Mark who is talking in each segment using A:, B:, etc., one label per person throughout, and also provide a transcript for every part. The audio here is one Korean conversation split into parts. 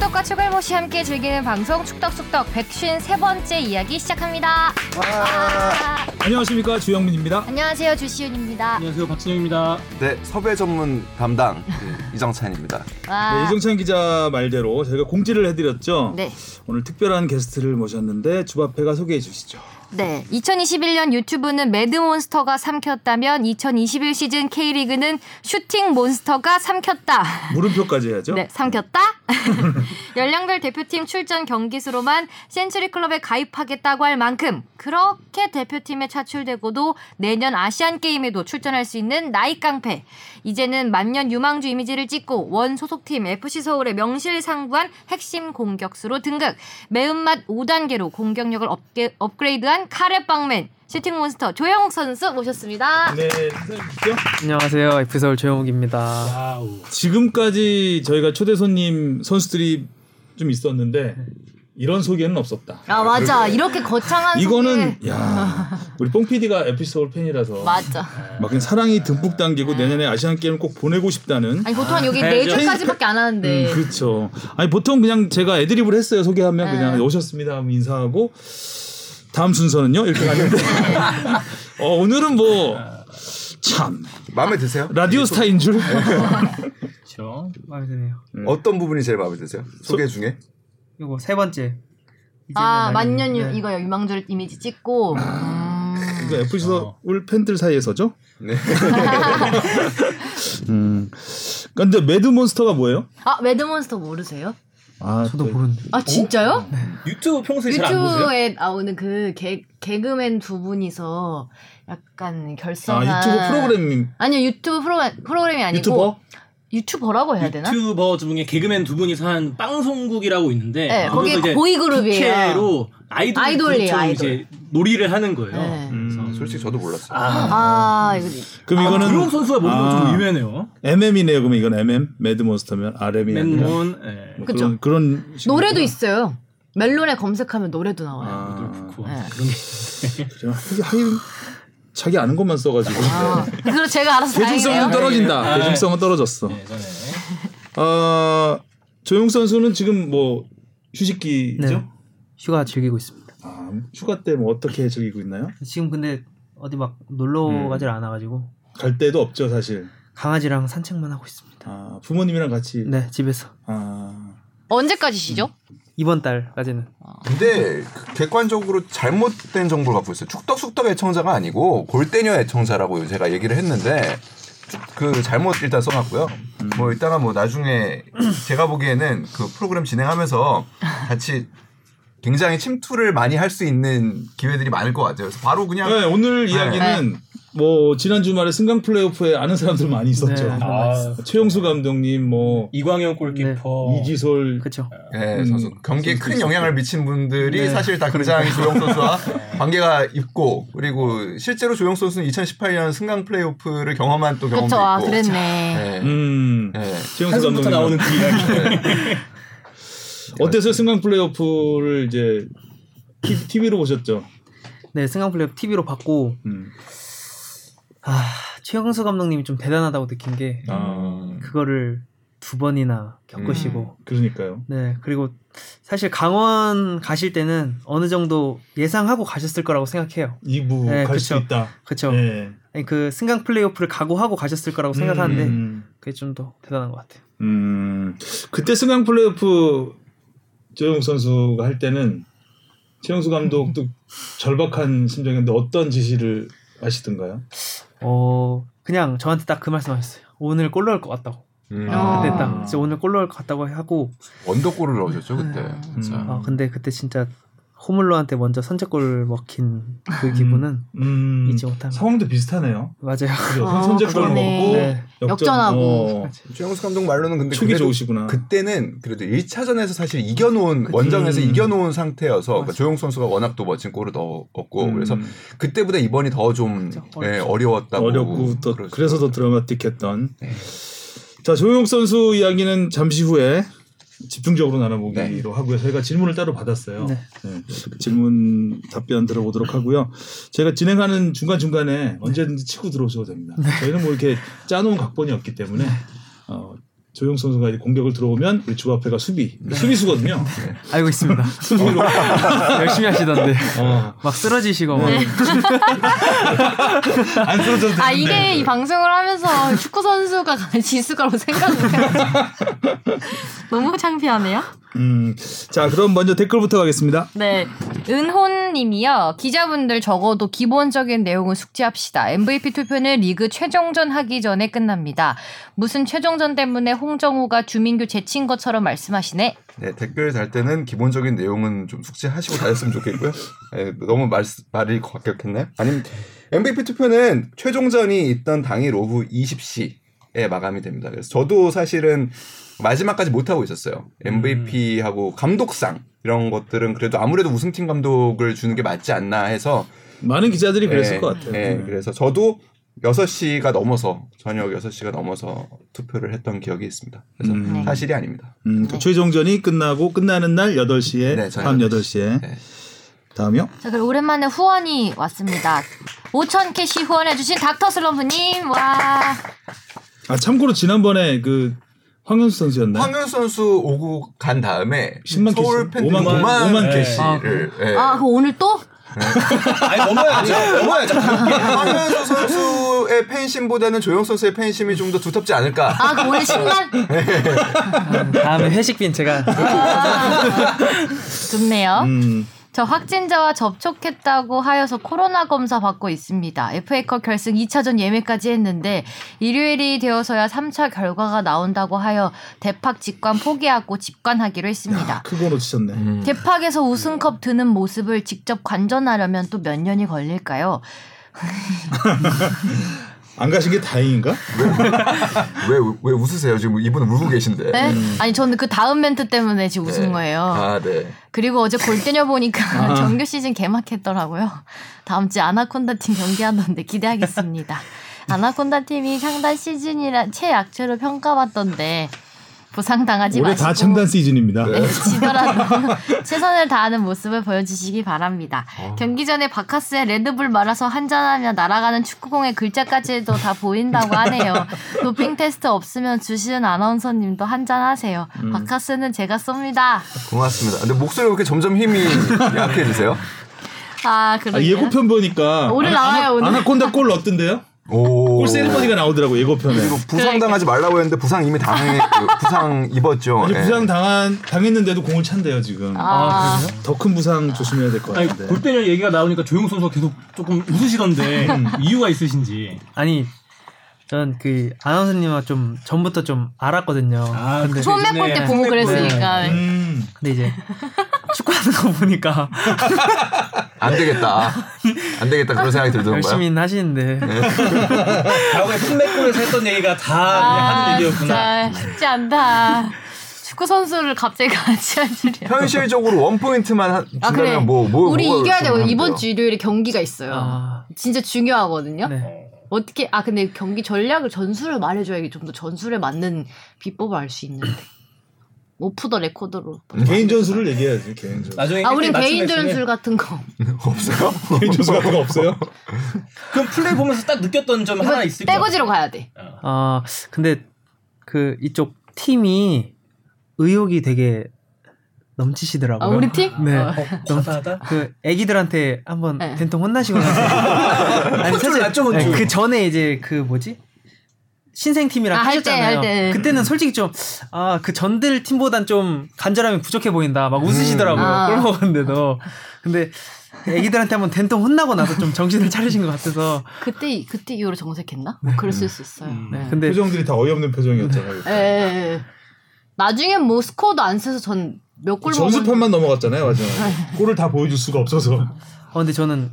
A: 같이 함께 즐기는 방송 축덕숙덕 153번째 이야기 시작합니다. 아,
B: 안녕하십니까 주영민입니다.
A: 안녕하세요. 주시윤입니다.
C: 안녕하세요 박진영입니다.
D: 네, 섭외 전문 담당 이정찬입니다.
A: 와.
B: 네, 이정찬 기자 말대로 저희가 공지를 해드렸죠.
A: 아. 네.
B: 오늘 특별한 게스트를 모셨는데 주바페가 소개해 주시죠.
A: 네. 2021년 유튜브는 매드몬스터가 삼켰다면 2021 시즌 K리그는 슈팅 몬스터가 삼켰다.
B: 물음표까지 해야죠.
A: 네, 삼켰다. 연령별 대표팀 출전 경기 수로만 센츄리 클럽에 가입하겠다고 할 만큼 그렇게 대표팀에 차출되고도 내년 아시안 게임에도 출전할 수 있는 나이 깡패. 이제는 만년 유망주 이미지를 찍고 원 소속팀 FC 서울의 명실상부한 핵심 공격수로 등극. 매운맛 5단계로 공격력을 업게, 업그레이드한 카레빵맨 슈팅몬스터 조영욱 선수 모셨습니다.
B: 네, 인사해 주시죠.
E: 안녕하세요. F서울 조영욱입니다.
B: 지금까지 저희가 초대 손님 선수들이 좀 있었는데 이런 소개는 없었다.
A: 아 맞아 이렇게 거창한
B: 이거는 야 우리 뽕 PD가 에피소드 팬이라서
A: 맞아.
B: 막 그냥 사랑이 듬뿍 담기고 내년에 아시안 게임 꼭 보내고 싶다는
A: 아니 보통 한 여기
E: 아,
A: 네
E: 해야죠.
A: 줄까지밖에 안 하는데.
B: 음, 그렇죠. 아니 보통 그냥 제가 애드립을 했어요. 소개하면
A: 네.
B: 그냥 오셨습니다 하면 인사하고 다음 순서는요 이렇게 가는데 어, 오늘은 뭐 참
D: 마음에 드세요?
B: 라디오 스타인 줄 그러니까
C: 그렇죠.
E: 마음에 드네요.
D: 어떤 부분이 제일 마음에 드세요? 소개 중에?
E: 요거 세 번째. 이제는
A: 아 만년
E: 만년
A: 유,
E: 네.
A: 이거요 유망주 이미지 찍고. 음.
B: 그러니까 FC 서울 팬들 사이에서죠.
D: 네.
B: 음. 근데 매드몬스터가 뭐예요?
A: 아 매드몬스터 모르세요?
B: 아,
E: 저도
B: 그-
E: 모르는데. 어?
A: 아 진짜요?
C: 유튜브 평소에 잘 안 보세요?
A: 유튜브에 나오는 그 개, 개그맨 두 분이서 약간
B: 아,
A: 결성한.
B: 유튜브 프로그램
A: 아니요 유튜브 프로그램 프로그램이 아니고
B: 유튜버?
A: 유튜버라고 해야 되나?
C: 유튜버 중에 개그맨 두 분이서 한 빵송국이라고 있는데
A: 네,
C: 거기서
A: 거기
C: 이제
A: 보이그룹이에요.
C: 국회로 아이돌
A: 아이돌이에요,
C: 그룹처럼
A: 아이돌.
C: 이제 놀이를 하는 거예요.
A: 네.
B: 음.
D: 솔직히 저도 몰랐어요.
C: 아,
A: 아 이거
B: 그럼 이거는
C: 조용 선수가 모르는 건
B: 아.
C: 좀 의외네요.
B: MM이네요. 그러면 이건 MM 매드몬스터면 RM이 아니라
C: 맨몬, 예.
B: 뭐
A: 그쵸.
B: 그런 그런 식으로.
A: 노래도 있어요. 멜론에 검색하면 노래도 나와요.
B: 아,
C: 그거.
A: 네.
C: 그런 게
B: 그래요? 이게 하긴 자기 아는 것만 써가지고
A: 아, 그리고 제가 알아서 다행이네요.
B: 대중성은 떨어진다.
C: 아,
B: 대중성은 떨어졌어.
C: 예전에.
B: 어, 조용 선수는 지금 뭐 휴식기죠?
E: 네. 휴가 즐기고 있습니다.
B: 아, 휴가 때 뭐 어떻게 즐기고 있나요?
E: 지금 근데 어디 막 놀러
B: 음.
E: 가질 않아가지고
B: 갈 데도 없죠 사실.
E: 강아지랑 산책만 하고 있습니다.
B: 아, 부모님이랑 같이.
E: 네 집에서
B: 아,
A: 언제까지 쉬죠?
E: 이번 달까지는
D: 근데 그 객관적으로 잘못된 정보를 갖고 있어요. 축덕숙덕 애청자가 아니고 골대녀 애청자라고 제가 얘기를 했는데 쭉- 그 잘못 일단 써놨고요. 뭐 이따가 뭐 나중에 제가 보기에는 그 프로그램 진행하면서 같이 굉장히 침투를 많이 할 수 있는 기회들이 많을 것 같아요. 그래서 바로 그냥
B: 네, 오늘
D: 네.
B: 이야기는 뭐 지난 주말에 승강 플레이오프에 아는 사람들 많이 있었죠.
E: 네, 아는 사람
C: 아,
B: 최용수 감독님, 뭐
C: 이광현 골키퍼.
B: 이기솔,
E: 그쵸.
D: 네,
B: 음,
D: 선수 경기에 큰 영향을 미친 분들이 사실 다 굉장히 조영 선수와 관계가 있고 그리고 실제로 조영 선수는 2018년 승강 플레이오프를 경험한 또 경험도
A: 그쵸, 아,
D: 있고.
A: 그랬네.
D: 네.
B: 음,
D: 네.
B: 최용수 감독님
C: 한숨부터 나오는 그 이야기.
B: 어땠어요? 승강 플레이오프를 이제 TV로 보셨죠?
E: 네 승강 플레이 TV로 봤고
B: 음.
E: 아 최영수 감독님이 좀 대단하다고 느낀 게 음.
B: 아,
E: 그거를 두 번이나 겪으시고
B: 그러니까요.
E: 네 그리고 사실 강원 가실 때는 어느 정도 예상하고 가셨을 거라고 생각해요.
B: 2부
E: 네,
B: 갈 수
E: 그쵸.
B: 있다.
E: 그쵸
B: 네.
E: 아니, 그 승강 플레이오프를 각오하고 가셨을 거라고 생각하는데
B: 음,
E: 그게 좀 더 대단한 것 같아요.
B: 음. 그때 승강 플레이오프 조용 선수가 할 때는 최영수 감독도 절박한 심정이었는데 어떤 지시를 하시던가요?
E: 어 그냥 저한테 딱 그 말씀하셨어요. 오늘 골 넣을 것 같다고.
D: 음.
A: 아.
E: 그때 딱 진짜 오늘 골 넣을 것 같다고 하고
D: 원더골을 넣으셨죠 그때. 진짜.
B: 음.
E: 아 근데 그때 진짜 호물로한테 먼저 선제골 먹힌 그 기분은
B: 음,
E: 잊지 못한 것
B: 상황도 비슷하네요.
E: 맞아요.
B: 그죠?
A: 아,
B: 선제골
A: 그러네.
B: 먹고
E: 네.
B: 역전,
A: 역전하고.
B: 어,
D: 조영수 감독 말로는 근데
B: 축이
D: 그래도
B: 좋으시구나.
D: 그때는 그래도 1차전에서 사실 이겨놓은 원정에서
B: 음.
D: 이겨놓은 상태여서 그러니까 조영 선수가 워낙 또 멋진 골을 넣었고
B: 음.
D: 그래서 그때보다 이번이 더 좀 예,
E: 그쵸, 어렵죠.
D: 어려웠다고
B: 어렵고 또
D: 그러시더라고요. 네.
B: 그래서 더 드라마틱했던. 자 조용 선수 이야기는 잠시 후에 집중적으로 나눠보기로
D: 네.
B: 하고요. 저희가 질문을 따로 받았어요.
E: 네.
B: 네, 질문 답변 들어보도록 하고요. 저희가 진행하는 중간
A: 네.
B: 중간에 언제든지 치고 들어오셔도 됩니다. 저희는 뭐 이렇게 짜놓은 각본이 없기 때문에 어, 조용 선수가 이제 공격을 들어오면 우리 주 앞에가 수비
D: 네.
B: 수비수거든요.
E: 알고 있습니다.
B: 수비로
E: 열심히 하시던데
B: 어.
D: 아,
B: 네.
E: 막 쓰러지시고 막.
B: 안 쓰러져도 되는데.
A: 아 이게 이 방송을 하면서 축구 선수가 가는 지수가로 생각을 너무 창피하네요.
B: 음, 자 그럼 먼저 댓글부터 가겠습니다.
A: 네. 은혼님이요. 기자분들 적어도 기본적인 내용은 숙지합시다. MVP 투표는 리그 최종전 하기 전에 끝납니다. 무슨 최종전 때문에 홍정호가 주민규 제친 것처럼 말씀하시네.
D: 네, 댓글 달 때는 기본적인 내용은 좀 숙지하시고 다녔으면 좋겠고요. 네, 너무 말, 말이 과격했나요? 아니면 MVP 투표는 최종전이 있던 당일 오후 20시에 마감이 됩니다. 그래서 저도 사실은 마지막까지 못하고 있었어요. MVP하고
B: 음.
D: 감독상 이런 것들은 그래도 아무래도 우승팀 감독을 주는 게 맞지 않나 해서
B: 많은 기자들이 네, 그랬을
D: 예,
B: 것 같아요. 음.
D: 예, 그래서 저도 6시가 넘어서 저녁 6시가 넘어서 투표를 했던 기억이 있습니다. 그래서
B: 음.
D: 사실이 아닙니다.
B: 음, 그 최종전이 끝나고 끝나는 날 8시에
D: 네, 저녁
B: 밤
D: 8시.
B: 8시에
D: 네.
B: 다음이요?
A: 자, 그럼 오랜만에 후원이 왔습니다. 5천 캐시 후원해주신 닥터 슬럼프님, 와.
B: 아 참고로 지난번에 그 황현수 선수였나요?
D: 황현 선수 오고 간 다음에
B: 10만
D: 서울
B: 캐시.
D: 팬들
B: 5만
D: 5만, 네. 5만
B: 예.
D: 캐시를 예.
A: 아, 그럼 오늘 또?
C: 아니 넘어야죠. 넘어야죠.
D: 황현 선수의 팬심보다는 조영 선수의 팬심이 좀 더 두텁지 않을까?
A: 아, 그럼 오늘 신날?
E: 다음에 회식빈 제가
A: 좋네요.
B: 음,
A: 저 확진자와 접촉했다고 하여서 코로나 검사 받고 있습니다. FA컵 결승 2차전 예매까지 했는데 일요일이 되어서야 3차 결과가 나온다고 하여 대팍 직관 포기하고 집관하기로 했습니다.
B: 크고 놓치셨네.
D: 음.
A: 대팍에서 우승컵 드는 모습을 직접 관전하려면 또 몇 년이 걸릴까요?
B: 안 가신 게 다행인가?
D: 왜, 왜 웃으세요? 지금 이분은 울고 계신데.
A: 네? 아니 저는 그 다음 멘트 때문에 지금 웃은 거예요.
D: 아, 네.
A: 그리고 어제 골 때려
B: 아.
A: 보니까 정규 시즌 개막했더라고요. 다음 주에 아나콘다 팀 경기하던데 기대하겠습니다. 아나콘다 팀이 창단 시즌이라 최약체로 평가받던데 보상당하지
B: 올해
A: 마시고
B: 다 창단 시즌입니다.
A: 네, 지더라도 최선을 다하는 모습을 보여주시기 바랍니다.
B: 아.
A: 경기 전에 바카스의 레드불 말아서 한잔하며 날아가는 축구공의 글자까지도 다 보인다고 하네요. 도핑 테스트 없으면 주시은 아나운서님도 한잔하세요.
B: 음.
A: 바카스는 제가 쏩니다.
D: 고맙습니다. 근데 목소리가 왜 이렇게 점점 힘이 약해지세요?
A: 아
B: 아,
A: 그러게요.
B: 예고편 보니까
A: 오늘
B: 아나-
A: 나와요, 오늘.
B: 아나콘다 골 넣던데요?
D: 오.
B: 골 세리머니가 나오더라고 예고편에.
D: 그리고 부상 당하지 말라고 했는데 부상 이미 당해 그 부상 입었죠.
B: 아니,
D: 예.
B: 부상 당한 당했는데도 공을 찬대요 지금.
A: 아,
B: 더 큰 부상 조심해야 될 것
C: 아니
B: 같은데.
C: 네. 골대녀 얘기가 나오니까 조용 선수가 계속 조금 웃으시던데 그 이유가 있으신지.
E: 아니 전 그 아나운서님과 좀 전부터 좀 알았거든요.
B: 아.
C: 아, 근데 네.
A: 소맥 볼때 보고 그랬으니까.
B: 음,
E: 근데 이제 축구하는 거 보니까
D: 안 되겠다. 안 되겠다 그런 네. 생각이 들더라고요.
E: 열심히 하시는데
C: 과거에 소맥골에서 네. 했던 얘기가 다
A: 아,
C: 하는 얘기였구나.
A: 진짜 쉽지 않다. 축구 선수를 갑자기 같이 할 줄이야.
D: 현실적으로 원 포인트만 하-
A: 아
D: 준다면
A: 그래.
D: 뭐, 뭐
A: 우리
D: 뭐가
A: 이겨야 돼요.
D: 중요한데요?
A: 이번 주 일요일에 경기가 있어요.
E: 아.
A: 진짜 중요하거든요.
E: 네.
A: 어떻게 아 근데 경기 전략을 전술을 말해줘야 이게 좀 더 전술에 맞는 비법을 알 수 있는데 오프 더 레코드로.
B: 개인 전술을 얘기해야지 개인 전술.
C: 나중에
A: 아 우린
C: 일대 맞춤
A: 개인
C: 레슨에
A: 전술 같은 거.
D: 없어요?
B: 개인 전술 같은 거 없어요?
C: 그럼 플레이 보면서 딱 느꼈던 점 하나 있을 거야.
A: 떼거지로 가야 돼.
E: 아 근데 그 이쪽 팀이 의욕이 되게
A: 아
E: 넘치시더라고요.
A: 우리 팀?
E: 네.
A: 어.
C: 감사하다.
E: 그 애기들한테 한번
A: 네.
E: 된통 혼나시고 나서 아니,
C: 혼쭐
E: 사실
C: 났죠, 혼쭐.
E: 네, 그 전에 이제 그 뭐지 신생 팀이랑
A: 아, 할 때,
E: 하셨잖아요.
A: 할 때.
E: 그때는 솔직히 좀 아 그 전들 팀보단 좀 간절함이 부족해 보인다
D: 음.
E: 막 웃으시더라고요
A: 아.
E: 골 먹었는데도 근데 애기들한테 한번 된통 혼나고 나서 좀 정신을 차리신 것 같아서
A: 그때 그때 이후로 정색했나? 뭐 그랬을 수 있어요. 네.
E: 근데
B: 표정들이 다 어이없는 표정이었잖아요.
A: 예, 예, 예. 나중엔 뭐 스코어도 안 세서 전 몇 골 먹은 네.
B: 전술판만 넘어갔잖아요, 마지막에. 골을 다 보여줄 수가 없어서.
E: 어 근데 저는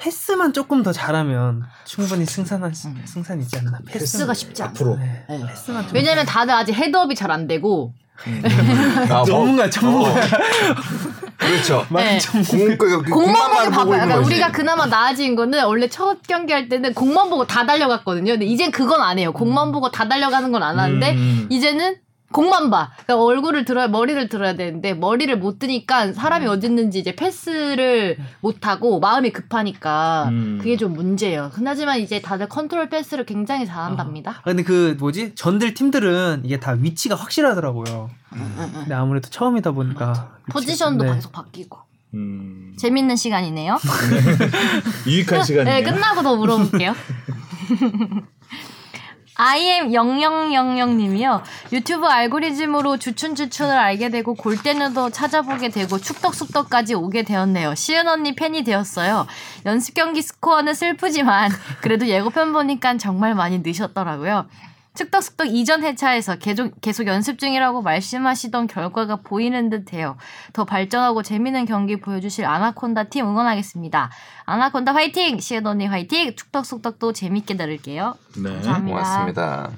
E: 패스만 조금 더 잘하면 충분히 승산한 승산 있지 않나 패스
A: 음. 패스가 쉽지 않아.
B: 앞으로.
A: 예.
E: 패스만 좀
A: 왜냐면 다들 아직 헤드업이 잘 안 되고
D: 아, 뭐,
E: 전문가 전문가
D: 그렇죠.
A: 네.
D: 공, 그, 그
A: 공만 보고 바빠요.
D: 바라보고 있는
A: 그러니까
D: 거지.
A: 우리가 그나마 나아진 거는 원래 첫 경기 할 때는 공만 보고 다 달려갔거든요. 근데 이젠 그건 안 해요. 공만 보고 다 달려가는 건 안 하는데
B: 음.
A: 이제는 공만 봐. 그러니까 얼굴을 들어야 머리를 들어야 되는데 머리를 못 드니까 사람이 어디 있는지 이제 패스를 못 하고 마음이 급하니까
B: 음.
A: 그게 좀 문제예요. 하지만 이제 다들 컨트롤 패스를 굉장히 잘한답니다.
E: 아, 근데 그 뭐지 전들 팀들은 이게 다 위치가 확실하더라고요.
A: 음,
E: 근데 아무래도 처음이다 보니까 위치가-
A: 포지션도
E: 네.
A: 계속 바뀌고
B: 음.
A: 재밌는 시간이네요.
B: 유익한 시간이네요.
A: 네, 끝나고 더 물어볼게요. IM 0000님이요. 유튜브 알고리즘으로 주춘주춘을 알게 되고 골대는 더 찾아보게 되고 축덕숙덕까지 오게 되었네요. 시은 언니 팬이 되었어요. 연습 경기 스코어는 슬프지만 그래도 예고편 보니까 정말 많이 느셨더라고요. 축덕숙덕 이전 회차에서 계속, 계속 연습 중이라고 말씀하시던 결과가 보이는 듯해요. 더 발전하고 재밌는 경기 보여주실 아나콘다 팀 응원하겠습니다. 아나콘다 화이팅! 시은 언니 화이팅! 축덕숙덕도 재밌게 들을게요.
B: 네.
A: 감사합니다.
D: 음, 고맙습니다.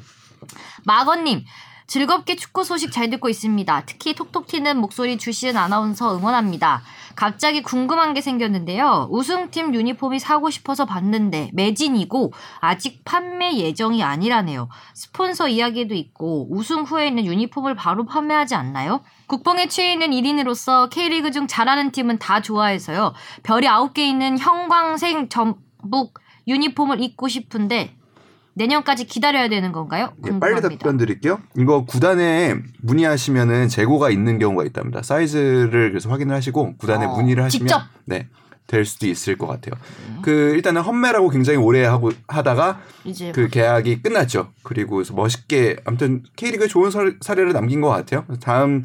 A: 마건님 즐겁게 축구 소식 잘 듣고 있습니다. 특히 톡톡 튀는 목소리 주시은 아나운서 응원합니다. 갑자기 궁금한 게 생겼는데요. 우승팀 유니폼이 사고 싶어서 봤는데 매진이고 아직 판매 예정이 아니라네요. 스폰서 이야기도 있고 우승 후에는 유니폼을 바로 판매하지 않나요? 국뽕에 취해 있는 1인으로서 K리그 중 잘하는 팀은 다 좋아해서요. 별이 9개 있는 형광색 전북 유니폼을 입고 싶은데 내년까지 기다려야 되는 건가요?
D: 예, 빨리
A: 궁금합니다.
D: 답변 드릴게요. 이거 구단에 문의하시면은 재고가 있는 경우가 있답니다. 사이즈를 그래서 확인을 하시고 구단에
A: 어,
D: 문의를 하시면
A: 직접? 네.
D: 네. 될 수도 있을 것 같아요. 그 일단은 험매라고 굉장히 오래 하고 하다가
A: 이제
D: 그 계약이 끝났죠. 그리고 그래서 멋있게 아무튼 K리그에 좋은 설- 사례를 남긴 것 같아요. 다음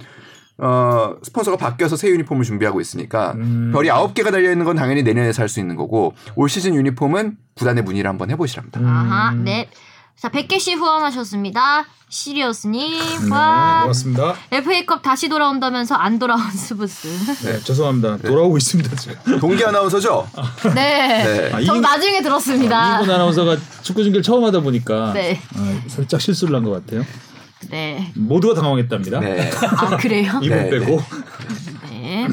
D: 어, 스폰서가 바뀌어서 새 유니폼을 준비하고 있으니까
B: 음.
D: 별이 9개가 달려 있는 건 당연히 내년에 살 수 있는 거고 올 시즌 유니폼은 구단에 문의를 한번 해보시랍니다.
A: 아하,
B: 음.
A: 네. 자, 100개씩 후원하셨습니다. 시리어스님,
B: 네,
A: 와.
B: 고맙습니다.
A: FA컵 다시 돌아온다면서 안 돌아온 스브스.
B: 네, 죄송합니다. 돌아오고 있습니다 지금.
D: 동기 아나운서죠?
A: 네.
D: 네.
B: 아,
A: 저
B: 이인-
A: 나중에 들었습니다.
B: 이인곤 아나운서가 축구 중계를 처음 하다 보니까
A: 네.
B: 아, 살짝 실수를 한 것 같아요.
A: 네.
B: 모두가 당황했답니다.
D: 네.
A: 아, 그래요?
B: 이분
D: 네,
B: 빼고
A: 네.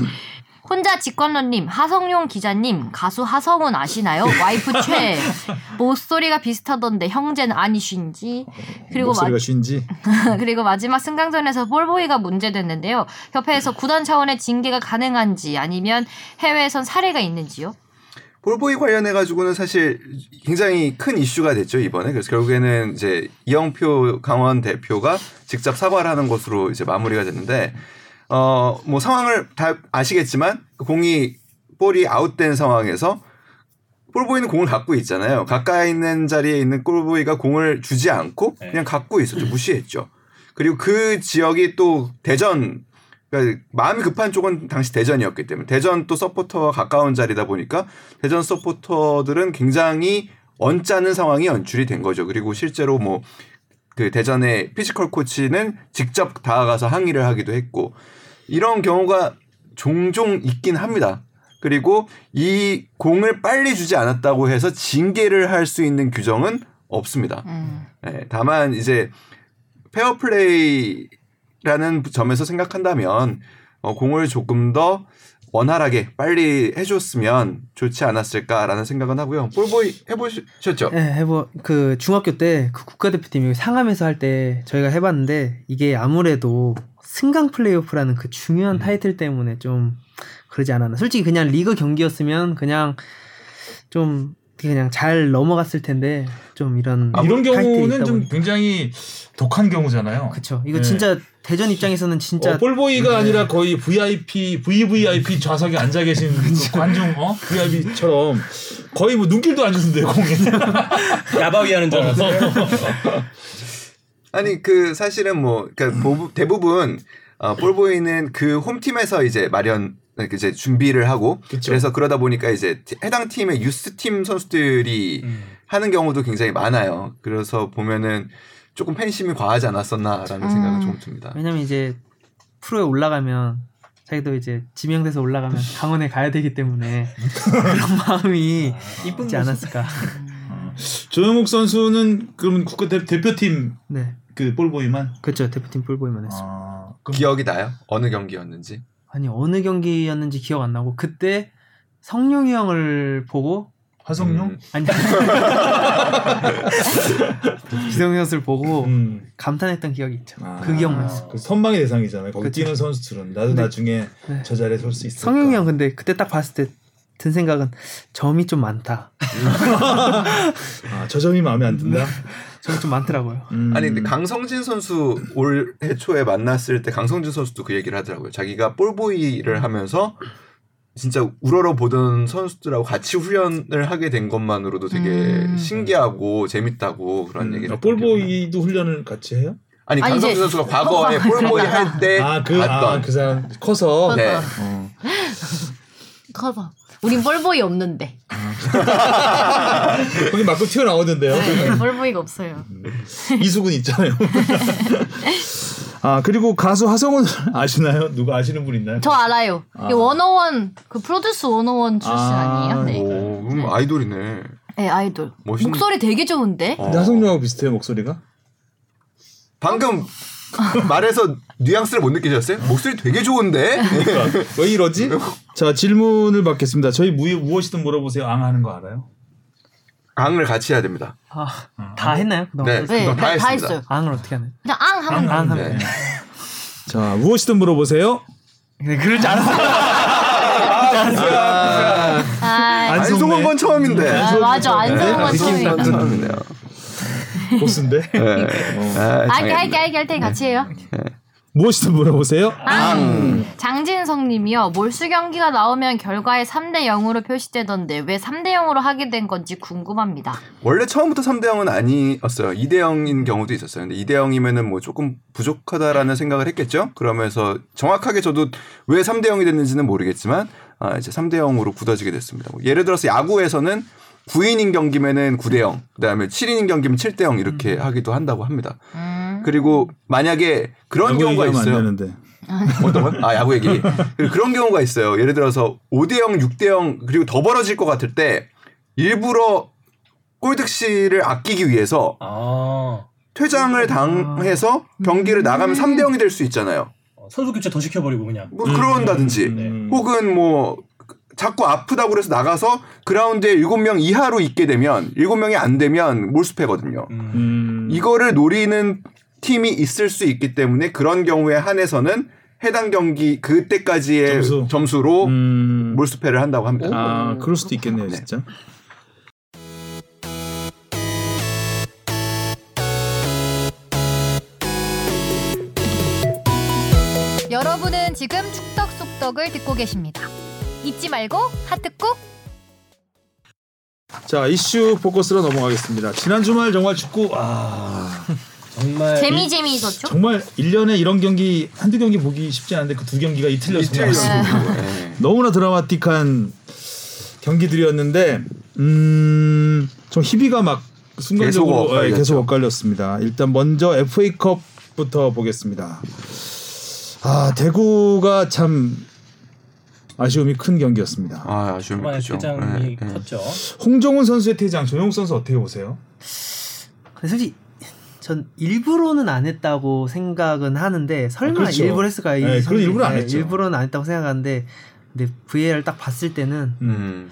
A: 혼자 직관러님, 하성용 기자님, 가수 하성훈 아시나요? 와이프 최. 목소리가 비슷하던데 형제는 아니신지. 그리고 마-
B: 목소리가 쉰지.
A: 그리고 마지막 승강전에서 볼보이가 문제됐는데요. 협회에서 구단 차원의 징계가 가능한지 아니면 해외에선 사례가 있는지요?
D: 볼보이 관련해 가지고는 사실 굉장히 큰 이슈가 됐죠 이번에 그래서 결국에는 이제 이영표 강원 대표가 직접 사과하는 것으로 이제 마무리가 됐는데 어 뭐 상황을 다 아시겠지만 그 공이 볼이 아웃된 상황에서 볼보이는 공을 갖고 있잖아요 가까이 있는 자리에 있는 골보이가 공을 주지 않고 그냥 갖고 있었죠 무시했죠 그리고 그 지역이 또 대전 그러니까 마음이 급한 쪽은 당시 대전이었기 때문에 대전 또 서포터와 가까운 자리다 보니까 대전 서포터들은 굉장히 언짢은 상황이 연출이 된 거죠. 그리고 실제로 뭐 그 대전의 피지컬 코치는 직접 다가가서 항의를 하기도 했고 이런 경우가 종종 있긴 합니다. 그리고 이 공을 빨리 주지 않았다고 해서 징계를 할 수 있는 규정은 없습니다.
A: 음.
D: 네, 다만 이제 페어플레이라는 점에서 생각한다면 어, 공을 조금 더 원활하게 빨리 해줬으면 좋지 않았을까라는 생각은 하고요. 볼보이 해보셨죠?
E: 네, 해보 그 중학교 때 그 국가대표팀이 상암에서 할 때 저희가 해봤는데 이게 아무래도 승강 플레이오프라는 그
B: 음.
E: 중요한 타이틀 때문에 좀 그러지 않았나. 솔직히 그냥 리그 경기였으면 그냥 좀 그냥 잘 넘어갔을 텐데 좀 이런
B: 아, 이런
E: 타이틀이
B: 경우는
E: 있다
B: 좀
E: 보니까.
B: 굉장히 독한 경우잖아요.
E: 그쵸. 이거
B: 네.
E: 진짜 대전 입장에서는 진짜 네.
B: 어, 볼보이가 아니라 거의 VIP, VVIP 좌석에 앉아 계신 그 관중, 어? VIP처럼 거의 뭐 눈길도 안 주는데요, 공에.
C: 야바위 하는 줄 알았어.
D: 아니 그 사실은 뭐 그러니까 보부- 대부분 어, 볼보이는 그 홈팀에서 이제 마련 이제 준비를 하고 그
B: 그쵸.
D: 래서 그러다 보니까 이제 티- 해당 팀의 유스팀 선수들이
B: 음.
D: 하는 경우도 굉장히 많아요. 그래서 보면은 조금 팬심이 과하지 않았었나라는 생각은 좀 듭니다.
E: 왜냐면 이제 프로에 올라가면 자기도 이제 지명돼서 올라가면 강원에 가야 되기 때문에 그런 마음이
B: 아,
E: 있지 않았을까.
B: 조영욱 선수는 그러면 국가 대, 대표팀
E: 네.
B: 그 볼보이만.
E: 그렇죠. 대표팀 뿔보이만 했어. 요
B: 아, 그럼
D: 기억이 나요? 어느 경기였는지?
E: 아니 어느 경기였는지 기억 안 나고 그때 성룡이 형을 보고
D: 음.
B: 화성룡?
E: 아니 기성 선수를 보고
B: 음.
E: 감탄했던 기억이 있죠.
B: 아.
E: 그 기억만 있어요.
B: 그 선망의 대상이잖아요. 거기
E: 그치.
B: 뛰는 선수들은 나도
E: 근데-
B: 나중에
E: 네.
B: 저 자리에 설 수 있을까.
E: 성형이 형 근데 그때 딱 봤을 때 든 생각은 점이 좀 많다.
B: 아, 저 점이 마음에 안 든다.
E: 점이 좀 많더라고요.
B: 음.
D: 아니 근데 강성진 선수 올해 초에 만났을 때 강성진 선수도 그 얘기를 하더라고요. 자기가 볼보이를 하면서 진짜 우러러 보던 선수들하고 같이 훈련을 하게 된 것만으로도 되게
A: 음.
D: 신기하고 재밌다고 그런 얘기를
B: 아,
D: 했거든요.
B: 볼보이도 훈련을 같이 해요?
D: 아니
A: 아니,
D: 강성진
A: 이제
D: 선수가 과거에 볼보이 할 때
B: 아 그 아
D: 네. 봤던
B: 그 사람 커서
D: 네.
B: 어.
A: 커서. 우린 뻘보이 없는데.
B: 거기 막고 튀어나오던데요.
A: 네, 뻘보이가 없어요.
B: 이수근 있잖아요. 아 그리고 가수 하성훈 아시나요? 누가 아시는 분 있나요?
A: 저 알아요.
B: 아.
A: 이 원어원 그 프로듀스 원어원 출신
B: 아,
A: 아, 니에요 네.
D: 오, 그럼 아이돌이네.
A: 네, 아이돌.
D: 뭐. 멋있는-
A: 목소리 되게 좋은데.
D: 어.
B: 근데 하성룡하고 비슷해요 목소리가.
D: 방금 말해서 뉘앙스를 못 느끼셨어요? 목소리 되게 좋은데.
B: 왜 이러지? 자 질문을 받겠습니다. 저희 무, 무엇이든 물어보세요. 앙 하는 거 알아요?
D: 강을 같이 해야 됩니다.
E: 아, 다 했나요? 그동안
D: 네.
A: 네, 다,
D: 그거 다
A: 다
D: 했습니다.
A: 했어요.
E: 앙을 어떻게 하나요?
A: 그냥 앙 하면
E: 앙 하면
D: 네.
B: 자 무엇이든 물어보세요.
E: 네, 그럴 줄 알았어요.
A: 아,
D: 안성은 건 처음인데.
A: 아, 맞아. 안성은 건
D: 느낌
A: 처음이에요.
D: 처음이네요.
B: 보스인데
D: 네. 아,
A: 알게
D: 장애.
A: 알게 알게 할 테니 같이 해요.
B: 무엇이든 물어보세요.
A: 장진성 님이요. 몰수 경기가 나오면 결과에 3대 0으로 표시되던데 왜 3대 0으로 하게 된 건지 궁금합니다.
D: 원래 처음부터 3대 0은 아니었어요. 2대 0인 경우도 있었어요. 근데 2대 0이면은 뭐 조금 부족하다라는 생각을 했겠죠. 그러면서 정확하게 저도 왜 3대 0이 됐는지는 모르겠지만 아, 이제 3대 0으로 굳어지게 됐습니다. 뭐 예를 들어서 야구에서는 9인인 경기면은 9대 0, 그다음에 7인인 경기면 7대 0 이렇게
B: 음.
D: 하기도 한다고 합니다.
A: 음.
D: 그리고 만약에 그런
B: 야구
D: 경우가
B: 얘기하면 안
D: 있어요.
B: 되는데.
D: 어떤 건? 아, 야구 얘기. 그리고 그런 경우가 있어요. 예를 들어서 5대0, 6대0, 그리고 더 벌어질 것 같을 때, 일부러 골득실을 아끼기 위해서
C: 아
B: 음.
D: 퇴장을 당해서 경기를 나가면 3대0이 될 수 있잖아요.
C: 어, 선수 교체 더 시켜버리고 그냥.
D: 뭐, 그런다든지.
B: 음.
D: 혹은 뭐, 자꾸 아프다고 그래서 나가서 그라운드에 7명 이하로 있게 되면, 7명이 안 되면 몰수패거든요.
C: 음.
B: 음.
D: 이거를 노리는 팀이 있을 수 있기 때문에 그런 경우에 한해서는 해당 경기 그때까지의
B: 점수.
D: 점수. 로
B: 음.
D: 몰수패를 한다고 합니다.
B: 아 그럴 수도 있겠네요 진짜.
A: 여러분은 지금 축덕 속덕을 듣고 계십니다. 잊지 말고 하트 꾹.
B: 자 이슈 포커스로 넘어가겠습니다. 지난 주말 정말 축구 아
C: 정말
A: 재미 재미 있었죠?
B: 정말 1년에 이런 경기 한두 경기 보기 쉽지 않은데 그 두 경기가 이틀렸어요.
D: 아.
B: 너무나 드라마틱한 경기들이었는데 음좀 희비가 막
D: 계속
B: 순간적으로
D: 엇갈렸죠.
B: 예, 계속 엇갈렸습니다. 일단 먼저 FA컵부터 보겠습니다. 아 대구가 참 아쉬움이 큰 경기였습니다.
D: 아, 아쉬움이
C: 정말
D: 크죠.
C: 퇴장이
D: 네, 네.
C: 컸죠.
B: 홍정훈 선수의 퇴장, 조용 선수 어떻게 보세요?
E: 근데 솔직히 전 일부러는 안 했다고 생각은 하는데 설마
B: 아, 그렇죠.
E: 일부러 했을까? 이
B: 네, 그건
E: 선수-
B: 일부러 안 했죠.
E: 일부러는 안 했다고 생각하는데 근데 VAR 딱 봤을 때는
D: 음.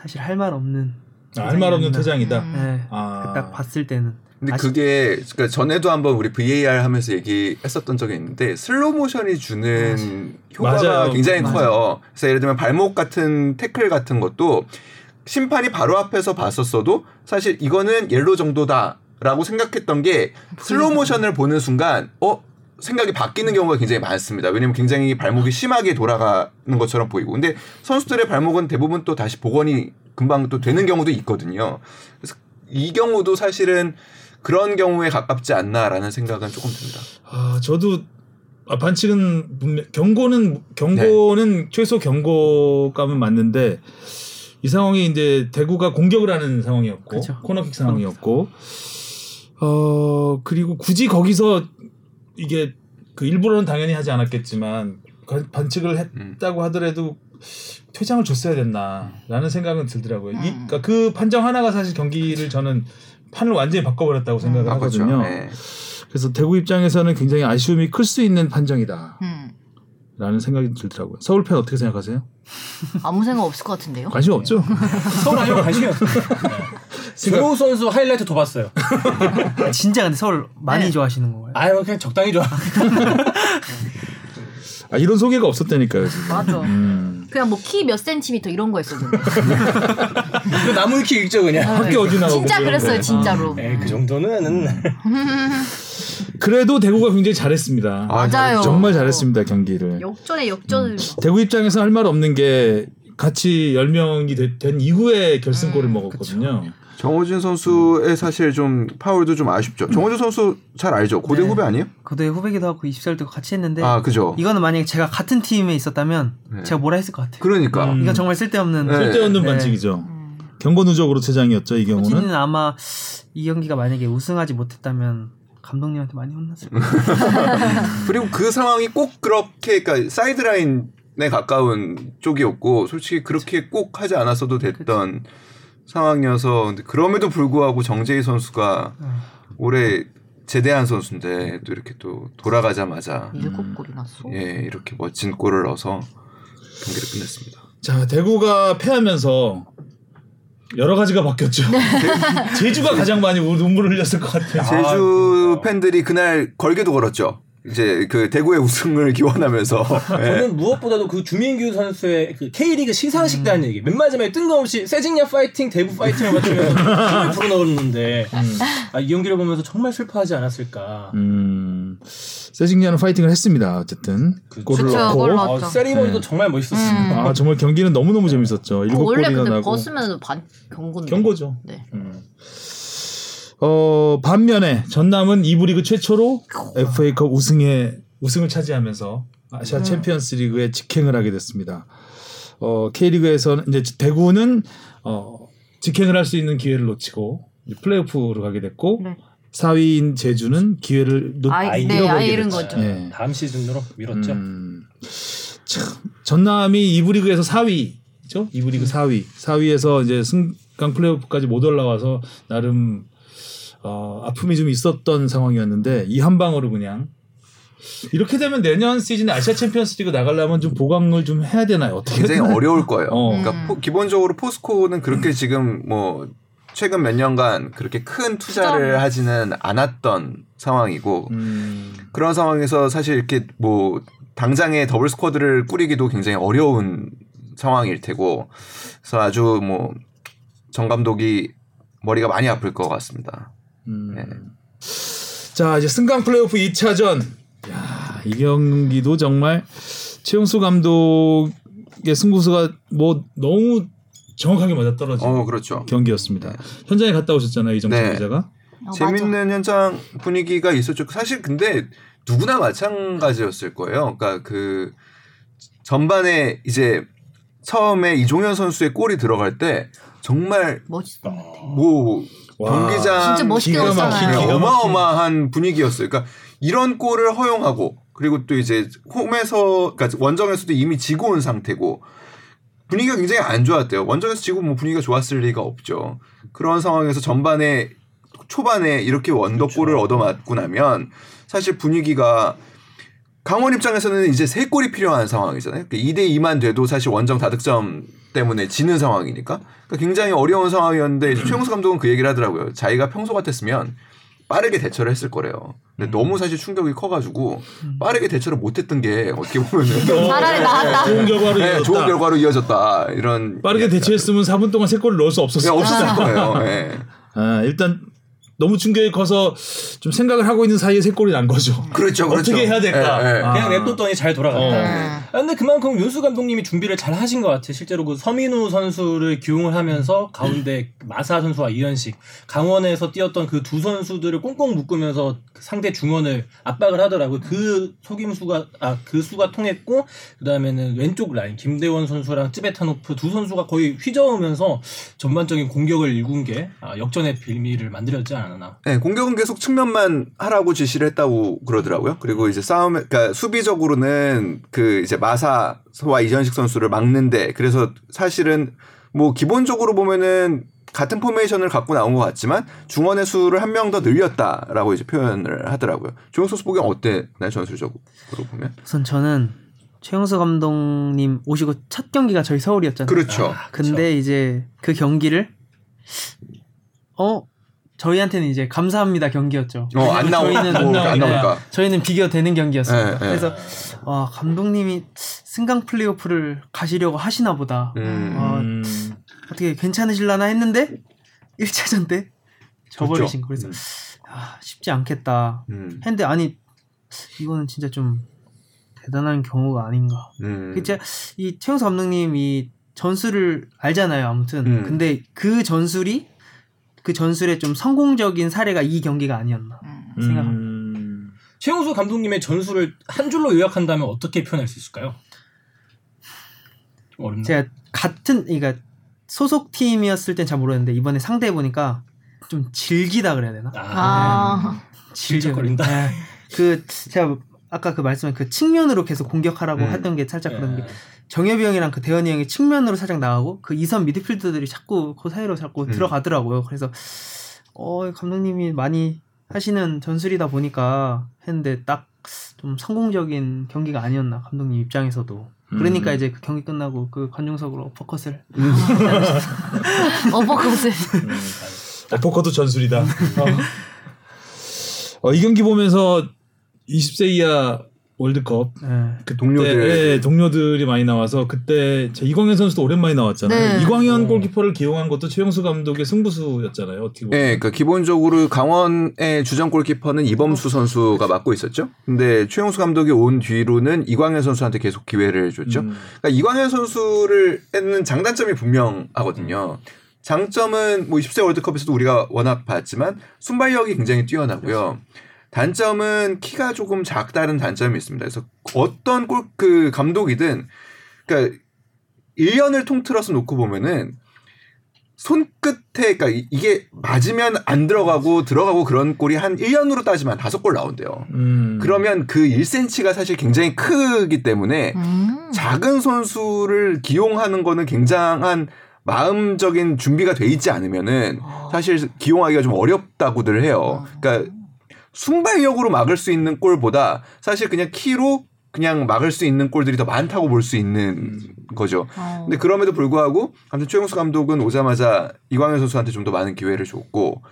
E: 사실 할 말 없는
B: 아, 할 말 없는
E: 퇴장이었나.
B: 퇴장이다.
A: 음.
E: 네.
B: 아.
E: 딱 봤을 때는
D: 근데
E: 아쉽-
D: 그게 그러니까 전에도 한번 우리 VAR 하면서 얘기했었던 적이 있는데 슬로우 모션이 주는 효과가
B: 맞아요.
D: 굉장히
B: 맞아요.
D: 커요. 그래서 예를 들면 발목 같은 태클 같은 것도 심판이 바로 앞에서 봤었어도 사실 이거는 옐로 정도다라고 생각했던 게 슬로우 모션을 보는 순간 어 생각이 바뀌는 경우가 굉장히 많습니다. 왜냐면 굉장히 발목이 심하게 돌아가는 것처럼 보이고. 근데 선수들의 발목은 대부분 또 다시 복원이 금방 또 되는 경우도 있거든요. 그래서 이 경우도 사실은 그런 경우에 가깝지 않나라는 생각은 조금 듭니다.
B: 아, 저도 아, 반칙은 분명, 경고는 경고는
D: 네.
B: 최소 경고감은 맞는데 이 상황이 이제 대구가 공격을 하는 상황이었고
E: 그렇죠.
B: 코너킥
D: 그렇죠.
B: 상황이었고 어 그리고 굳이 거기서 이게 그 일부러는 당연히 하지 않았겠지만 가- 반칙을
D: 음.
B: 했다고 하더라도 퇴장을 줬어야 됐나라는 생각은 들더라고요. 이,
D: 음.
B: 그러니까 그 판정 하나가 사실 경기를 저는 판을 완전히 바꿔버렸다고 생각을
D: 그렇죠. 바꿨죠.
B: 하거든요.
D: 네.
B: 그래서 대구 입장에서는 굉장히 아쉬움이 클 수 있는 판정이다라는
A: 음.
B: 생각이 들더라고요. 서울 팬 어떻게 생각하세요?
A: 아무 생각 없을 것 같은데요.
B: 관심 없죠?
C: 서울 아니면 관심이 없어. 조용호 선수 하이라이트 더 봤어요.
E: 진짜 근데 서울 많이
A: 네.
E: 좋아하시는 거예요.
C: 아유 그냥 적당히 좋아.
B: 아, 이런 소개가 없었다니까요. 지금.
A: 맞아.
B: 음.
A: 그냥 뭐 키 몇 센티미터 이런 거였었는데.
C: 그 나무위키 읽죠 그냥.
B: 학교 어디 나오고
A: 진짜
B: 그런
A: 그랬어요,
B: 거예요. 네. 아,
A: 진짜로.
C: 에이
D: 음.
C: 그 정도는
B: 그래도 대구가 굉장히 잘했습니다.
A: 맞아요.
B: 정말 잘했습니다 경기를.
A: 역전에 역전을.
B: 대구 입장에서 할 말 없는 게 같이 10명이 되- 된 이후에
A: 음,
B: 결승골을 먹었거든요.
D: 정호진 선수의 사실 좀 파울도 좀 아쉽죠. 정호진 선수 잘 알죠. 고대
E: 네.
D: 후배 아니에요?
E: 그때 후배기도 하고 20살 때 같이 했는데
D: 아 그죠.
E: 이거는 만약에 제가 같은 팀에 있었다면
D: 네.
E: 제가 뭐라 했을 것 같아요.
D: 그러니까
B: 음.
E: 이건 정말 쓸데없는
D: 네.
B: 쓸데없는
E: 네.
B: 반칙이죠.
A: 음.
B: 경고 누적으로 퇴장이었죠 이 경우는.
E: 호진이는 아마 이 경기가 만약에 우승하지 못했다면 감독님한테 많이 혼났을 거예요.
D: 그리고 그 상황이 꼭 그렇게 그러니까 사이드라인에 가까운 쪽이었고 솔직히 그렇죠. 그렇게 꼭 하지 않았어도 됐던 상황이어서 근데 그럼에도 불구하고 정재희 선수가 올해 제대한 선수인데 또 이렇게 또 돌아가자마자
A: 일곱 골이 났어.
D: 예 이렇게 멋진 골을 넣어서 경기를 끝냈습니다.
B: 자 대구가 패하면서 여러 가지가 바뀌었죠.
A: 네.
B: 제주가 가장 많이 우- 눈물을 흘렸을 것 같아요.
D: 제주 팬들이 그날 걸개도 걸었죠. 이제 그 대구의 우승을 기원하면서 예.
C: 저는 무엇보다도 그 주민규 선수의 그 K리그 시상식 대한
D: 음.
C: 얘기 맨 마지막에 뜬금없이 세징야 파이팅 대구 파이팅을 맞추면서 정말 불어넣었는데
D: 음.
C: 아, 이 경기를 보면서 정말 슬퍼하지 않았을까
B: 음, 세징야는 파이팅을 했습니다. 어쨌든
C: 그쵸.
B: 골을
A: 그쵸,
B: 넣고.
A: 골 넣었죠. 음,
C: 어, 세리머니도
B: 네.
C: 정말 멋있었어요
B: 아 정말 경기는 너무 너무 재밌었죠.
A: 어,
B: 일곱
A: 원래
B: 골이나
A: 근데
B: 나고.
A: 벗으면 반 경고인데.
B: 경고죠.
A: 네.
B: 음. 어 반면에 전남은 이부리그 최초로 FA컵 우승에 우승을 차지하면서
A: 음.
B: 아시아 챔피언스리그에 직행을 하게 됐습니다. 어 K리그에서는 이제 대구는 어 직행을 할 수 있는 기회를 놓치고 이제 플레이오프로 가게 됐고
A: 네.
B: 4위인 제주는 기회를 놓
A: 아이,
B: 잃어버리게
A: 네, 아예 잃은
B: 됐죠.
A: 거죠.
B: 예.
C: 다음 시즌으로 밀었죠
B: 음, 참 전남이 이부리그에서 4위죠. 이부리그 4위, 4위에서 이제 승강 플레이오프까지 못 올라와서 나름 어, 아픔이 좀 있었던 상황이었는데 이 한 방으로 그냥 이렇게 되면 내년 시즌 아시아 챔피언스리그 나가려면 좀 보강을 좀 해야 되나요? 어떻게?
D: 굉장히 어려울 거예요.
B: 어.
D: 그러니까 포- 기본적으로 포스코는 그렇게 지금 뭐 최근 몇 년간 그렇게 큰 투자를
A: 투자를.
D: 하지는 않았던 상황이고
B: 음,
D: 그런 상황에서 사실 이렇게 뭐 당장에 더블 스쿼드를 꾸리기도 굉장히 어려운 상황일 테고 그래서 아주 뭐 정 감독이 머리가 많이 아플 것 같습니다.
B: 음.
D: 네.
B: 자 이제 승강 플레이오프 2차전 야, 이 경기도 정말 최용수 감독의 승부수가 뭐 너무 정확하게 맞아떨어진
D: 어 그렇죠.
B: 경기였습니다. 현장에 갔다 오셨잖아요 이정찬
D: 네.
B: 기자가.
A: 어, 맞아.
D: 재밌는 현장 분위기가 있었죠. 사실 근데 누구나 마찬가지였을 거예요. 그러니까 그 전반에 이제 처음에 이종현 선수의 골이 들어갈 때 정말
A: 멋있어.
D: 뭐
B: 와,
D: 경기장
A: 진짜 멋있게
B: 기가 막히네요.
A: 웃었잖아요.
D: 그냥
B: 기가 막히네.
D: 어마어마한 분위기였어요. 그러니까 이런 골을 허용하고 그리고 또 이제 홈에서 그러니까 원정에서도 이미 지고 온 상태고 분위기가 굉장히 안 좋았대요. 원정에서 지고 뭐 분위기가 좋았을 리가 없죠. 그런 상황에서 전반에 초반에 이렇게 원더골을
B: 그렇죠.
D: 얻어맞고 나면 사실 분위기가 강원 입장에서는 이제 세 골이 필요한 상황이잖아요. 그 2대 2만 돼도 사실 원정 다득점 때문에 지는 상황이니까 그러니까 굉장히 어려운 상황이었는데 이제 최용수 감독은 그 얘기를 하더라고요. 자기가 평소 같았으면 빠르게 대처를 했을 거래요. 근데 너무 사실 충격이 커가지고 빠르게 대처를 못했던 게 어떻게 보면은
A: 차라리 나왔다.
B: 좋은 결과로
D: 네,
B: 이었다
D: 좋은 결과로 이어졌다 이런
B: 빠르게 대처했으면 4분 동안 3골을 넣을 수 없었어요.
D: 그냥 없었을 거예요. 예.
B: 아, 일단 너무 충격이 커서 좀 생각을 하고 있는 사이에 3골이 난 거죠.
D: 그렇죠, 그렇죠.
B: 어떻게 해야 될까?
D: 예, 예.
B: 아.
C: 그냥 냅뒀더니 잘 돌아갔다
B: 어.
A: 네.
C: 아, 근데 그만큼 윤수 감독님이 준비를 잘 하신 것 같아요. 실제로 그 서민우 선수를 기용을 하면서 가운데 마사 선수와 이현식, 강원에서 뛰었던 그 두 선수들을 꽁꽁 묶으면서 그 상대 중원을 압박을 하더라고요. 그 속임수가, 아, 그 수가 통했고, 그 다음에는 왼쪽 라인, 김대원 선수랑 찌베타노프 두 선수가 거의 휘저으면서 전반적인 공격을 일군 게 아, 역전의 빌미를 만들었지 않았나.
D: 네, 공격은 계속 측면만 하라고 지시를 했다고 그러더라고요. 그리고 이제 싸움, 그러니까 수비적으로는 그 이제 마사와 이전식 선수를 막는데 그래서 사실은 뭐 기본적으로 보면은 같은 포메이션을 갖고 나온 것 같지만 중원의 수를 한 명 더 늘렸다라고 이제 표현을 하더라고요. 조용수 선수 보기엔 어때? 나 전술적으로 보면
E: 우선 저는 최영수 감독님 오시고 첫 경기가 저희 서울이었잖아요.
D: 그렇죠.
E: 근데 이제 그 경기를 어 저희한테는 이제 감사합니다 경기였죠.
D: 어, 안 나오,
E: 저희는 네,
D: 안 나오니까. 안 나오니까.
E: 저희는 비교 되는 경기였습니다.
D: 예, 예.
E: 그래서 아, 감독님이 승강 플레이오프를 가시려고 하시나 보다.
D: 음.
E: 아,
B: 음.
E: 어떻게 괜찮으실라나 했는데 1차전 때 져버리신 거 그래서 아, 쉽지 않겠다.
D: 그렇죠. 음.
E: 했는데 아니 이거는 진짜 좀 대단한 경우가 아닌가.
D: 음.
E: 그 진짜 이 최영수 감독님 이 전술을 알잖아요. 아무튼
D: 음.
E: 근데 그 전술이 그 전술의 좀 성공적인 사례가 이 경기가 아니었나.
A: 음.
E: 생각합니다.
B: 음.
C: 최용수 감독님의 전술을 한 줄로 요약한다면 어떻게 표현할 수 있을까요? 좀 어렵나?
E: 제가 같은 그러니까 소속 팀이었을 땐 잘 모르는데 이번에 상대해 보니까 좀 질기다 그래야 되나?
A: 아,
C: 질적거린다.
E: 네. 그 제가 아까 그 말씀한 그 측면으로 계속 공격하라고
D: 음.
E: 했던 게 살짝 그런 게
C: 예.
E: 정엽이 형이랑 그 대현이 형이 측면으로 살짝 나가고 그 이선 미드필더들이 자꾸 그 사이로 자꾸
D: 음.
E: 들어가더라고요. 그래서 어 감독님이 많이 하시는 전술이다 보니까 했는데 딱 좀 성공적인 경기가 아니었나 감독님 입장에서도. 그러니까
B: 음.
E: 이제 그 경기 끝나고 그 관중석으로 어퍼컷을
D: 음.
A: 어퍼컷을.
B: 음. 어퍼컷도 전술이다. 어. 어, 이 경기 보면서 20세 이하 월드컵
E: 예.
B: 그때
D: 동료들.
B: 예, 동료들이 많이 나와서 그때 제 이광현 선수도 오랜만에 나왔잖아요.
A: 네.
B: 이광현
C: 어.
B: 골키퍼를 기용한 것도 최영수 감독의 승부수였잖아요. 어떻게 보면.
D: 예, 그러니까 기본적으로 강원의 주전 골키퍼는 이범수 선수가 맡고 있었죠. 근데 최용수 감독이 온 뒤로는 이광현 선수한테 계속 기회를 줬죠.
B: 음.
D: 그러니까 이광현 선수를 했는 장단점이 분명하거든요. 장점은 뭐 20세 월드컵에서도 우리가 워낙 봤지만 순발력이 굉장히 뛰어나고요. 단점은 키가 조금 작다는 단점이 있습니다. 그래서 어떤 골 그 감독이든 그러니까 1년을 통틀어서 놓고 보면은 손끝에 그러니까 이- 이게 맞으면 안 들어가고 들어가고 그런 골이 한 1년으로 따지면 다섯 골 나온대요.
B: 음.
D: 그러면 그 1cm가 사실 굉장히 크기 때문에
A: 음.
D: 작은 선수를 기용하는 거는 굉장한 마음적인 준비가 돼 있지 않으면은
A: 아.
D: 사실 기용하기가 좀 어렵다고들 해요. 그러니까 순발력으로 막을 수 있는 골보다 사실 그냥 키로 그냥 막을 수 있는 골들이 더 많다고 볼 수 있는 거죠.
A: 어.
D: 근데 그럼에도 불구하고 아무튼 최용수 감독은 오자마자 이광현 선수한테 좀 더 많은 기회를 줬고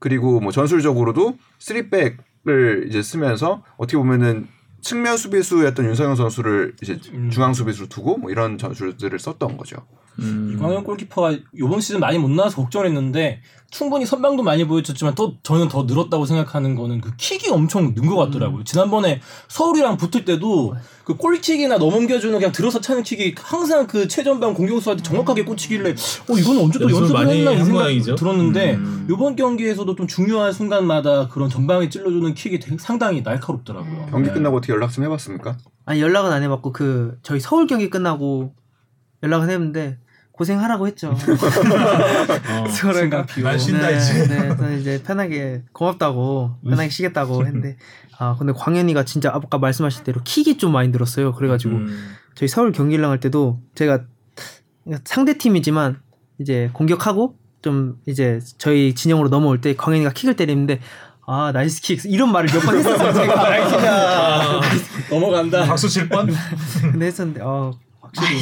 D: 그리고 뭐 전술적으로도 3백을 이제 쓰면서 어떻게 보면은 측면 수비수였던 윤성현 선수를 이제
C: 음.
D: 중앙 수비수로 두고 뭐 이런 전술들을 썼던 거죠.
B: 음.
C: 이광현 골키퍼가 이번 시즌 많이 못 나와서 걱정했는데 충분히 선방도 많이 보여줬지만 또 저는 더 늘었다고 생각하는 거는 그 킥이 엄청 는 것 같더라고요. 지난번에 서울이랑 붙을 때도 그 골킥이나 넘겨주는 그냥 들어서 차는 킥이 항상 그 최전방 공격수한테 정확하게 꽂히길래 어 이건 언제 또
B: 연습을
C: 연습을
B: 많이
C: 했나 이
B: 한
C: 생각
B: 모양이죠.
C: 들었는데
B: 음.
C: 이번 경기에서도 좀 중요한 순간마다 그런 전방에 찔러주는 킥이 되게 상당히 날카롭더라고요.
D: 경기 끝나고 어떻게 연락 좀 해봤습니까?
E: 아니 연락은 안 해봤고 그 저희 서울 경기 끝나고 연락은 했는데 고생하라고 했죠.
B: 어.
E: 서로가.
C: 순간 비워.
B: 날 쉰다, 이제.
E: 네, 저는 이제 편하게 고맙다고 편하게 쉬겠다고 했는데 아 근데 광현이가 진짜 아까 말씀하신 대로 킥이 좀 많이 늘었어요. 그래가지고
B: 음.
E: 저희 서울 경기랑 할 때도 제가 상대 팀이지만 이제 공격하고 좀 이제 저희 진영으로 넘어올 때 광현이가 킥을 때리는데 아 나이스 킥 이런 말을 몇 번 했었어요. 제가.
C: 넘어간다.
B: 아. 박수 칠 뻔.
E: 근데 했었는데 어 확실히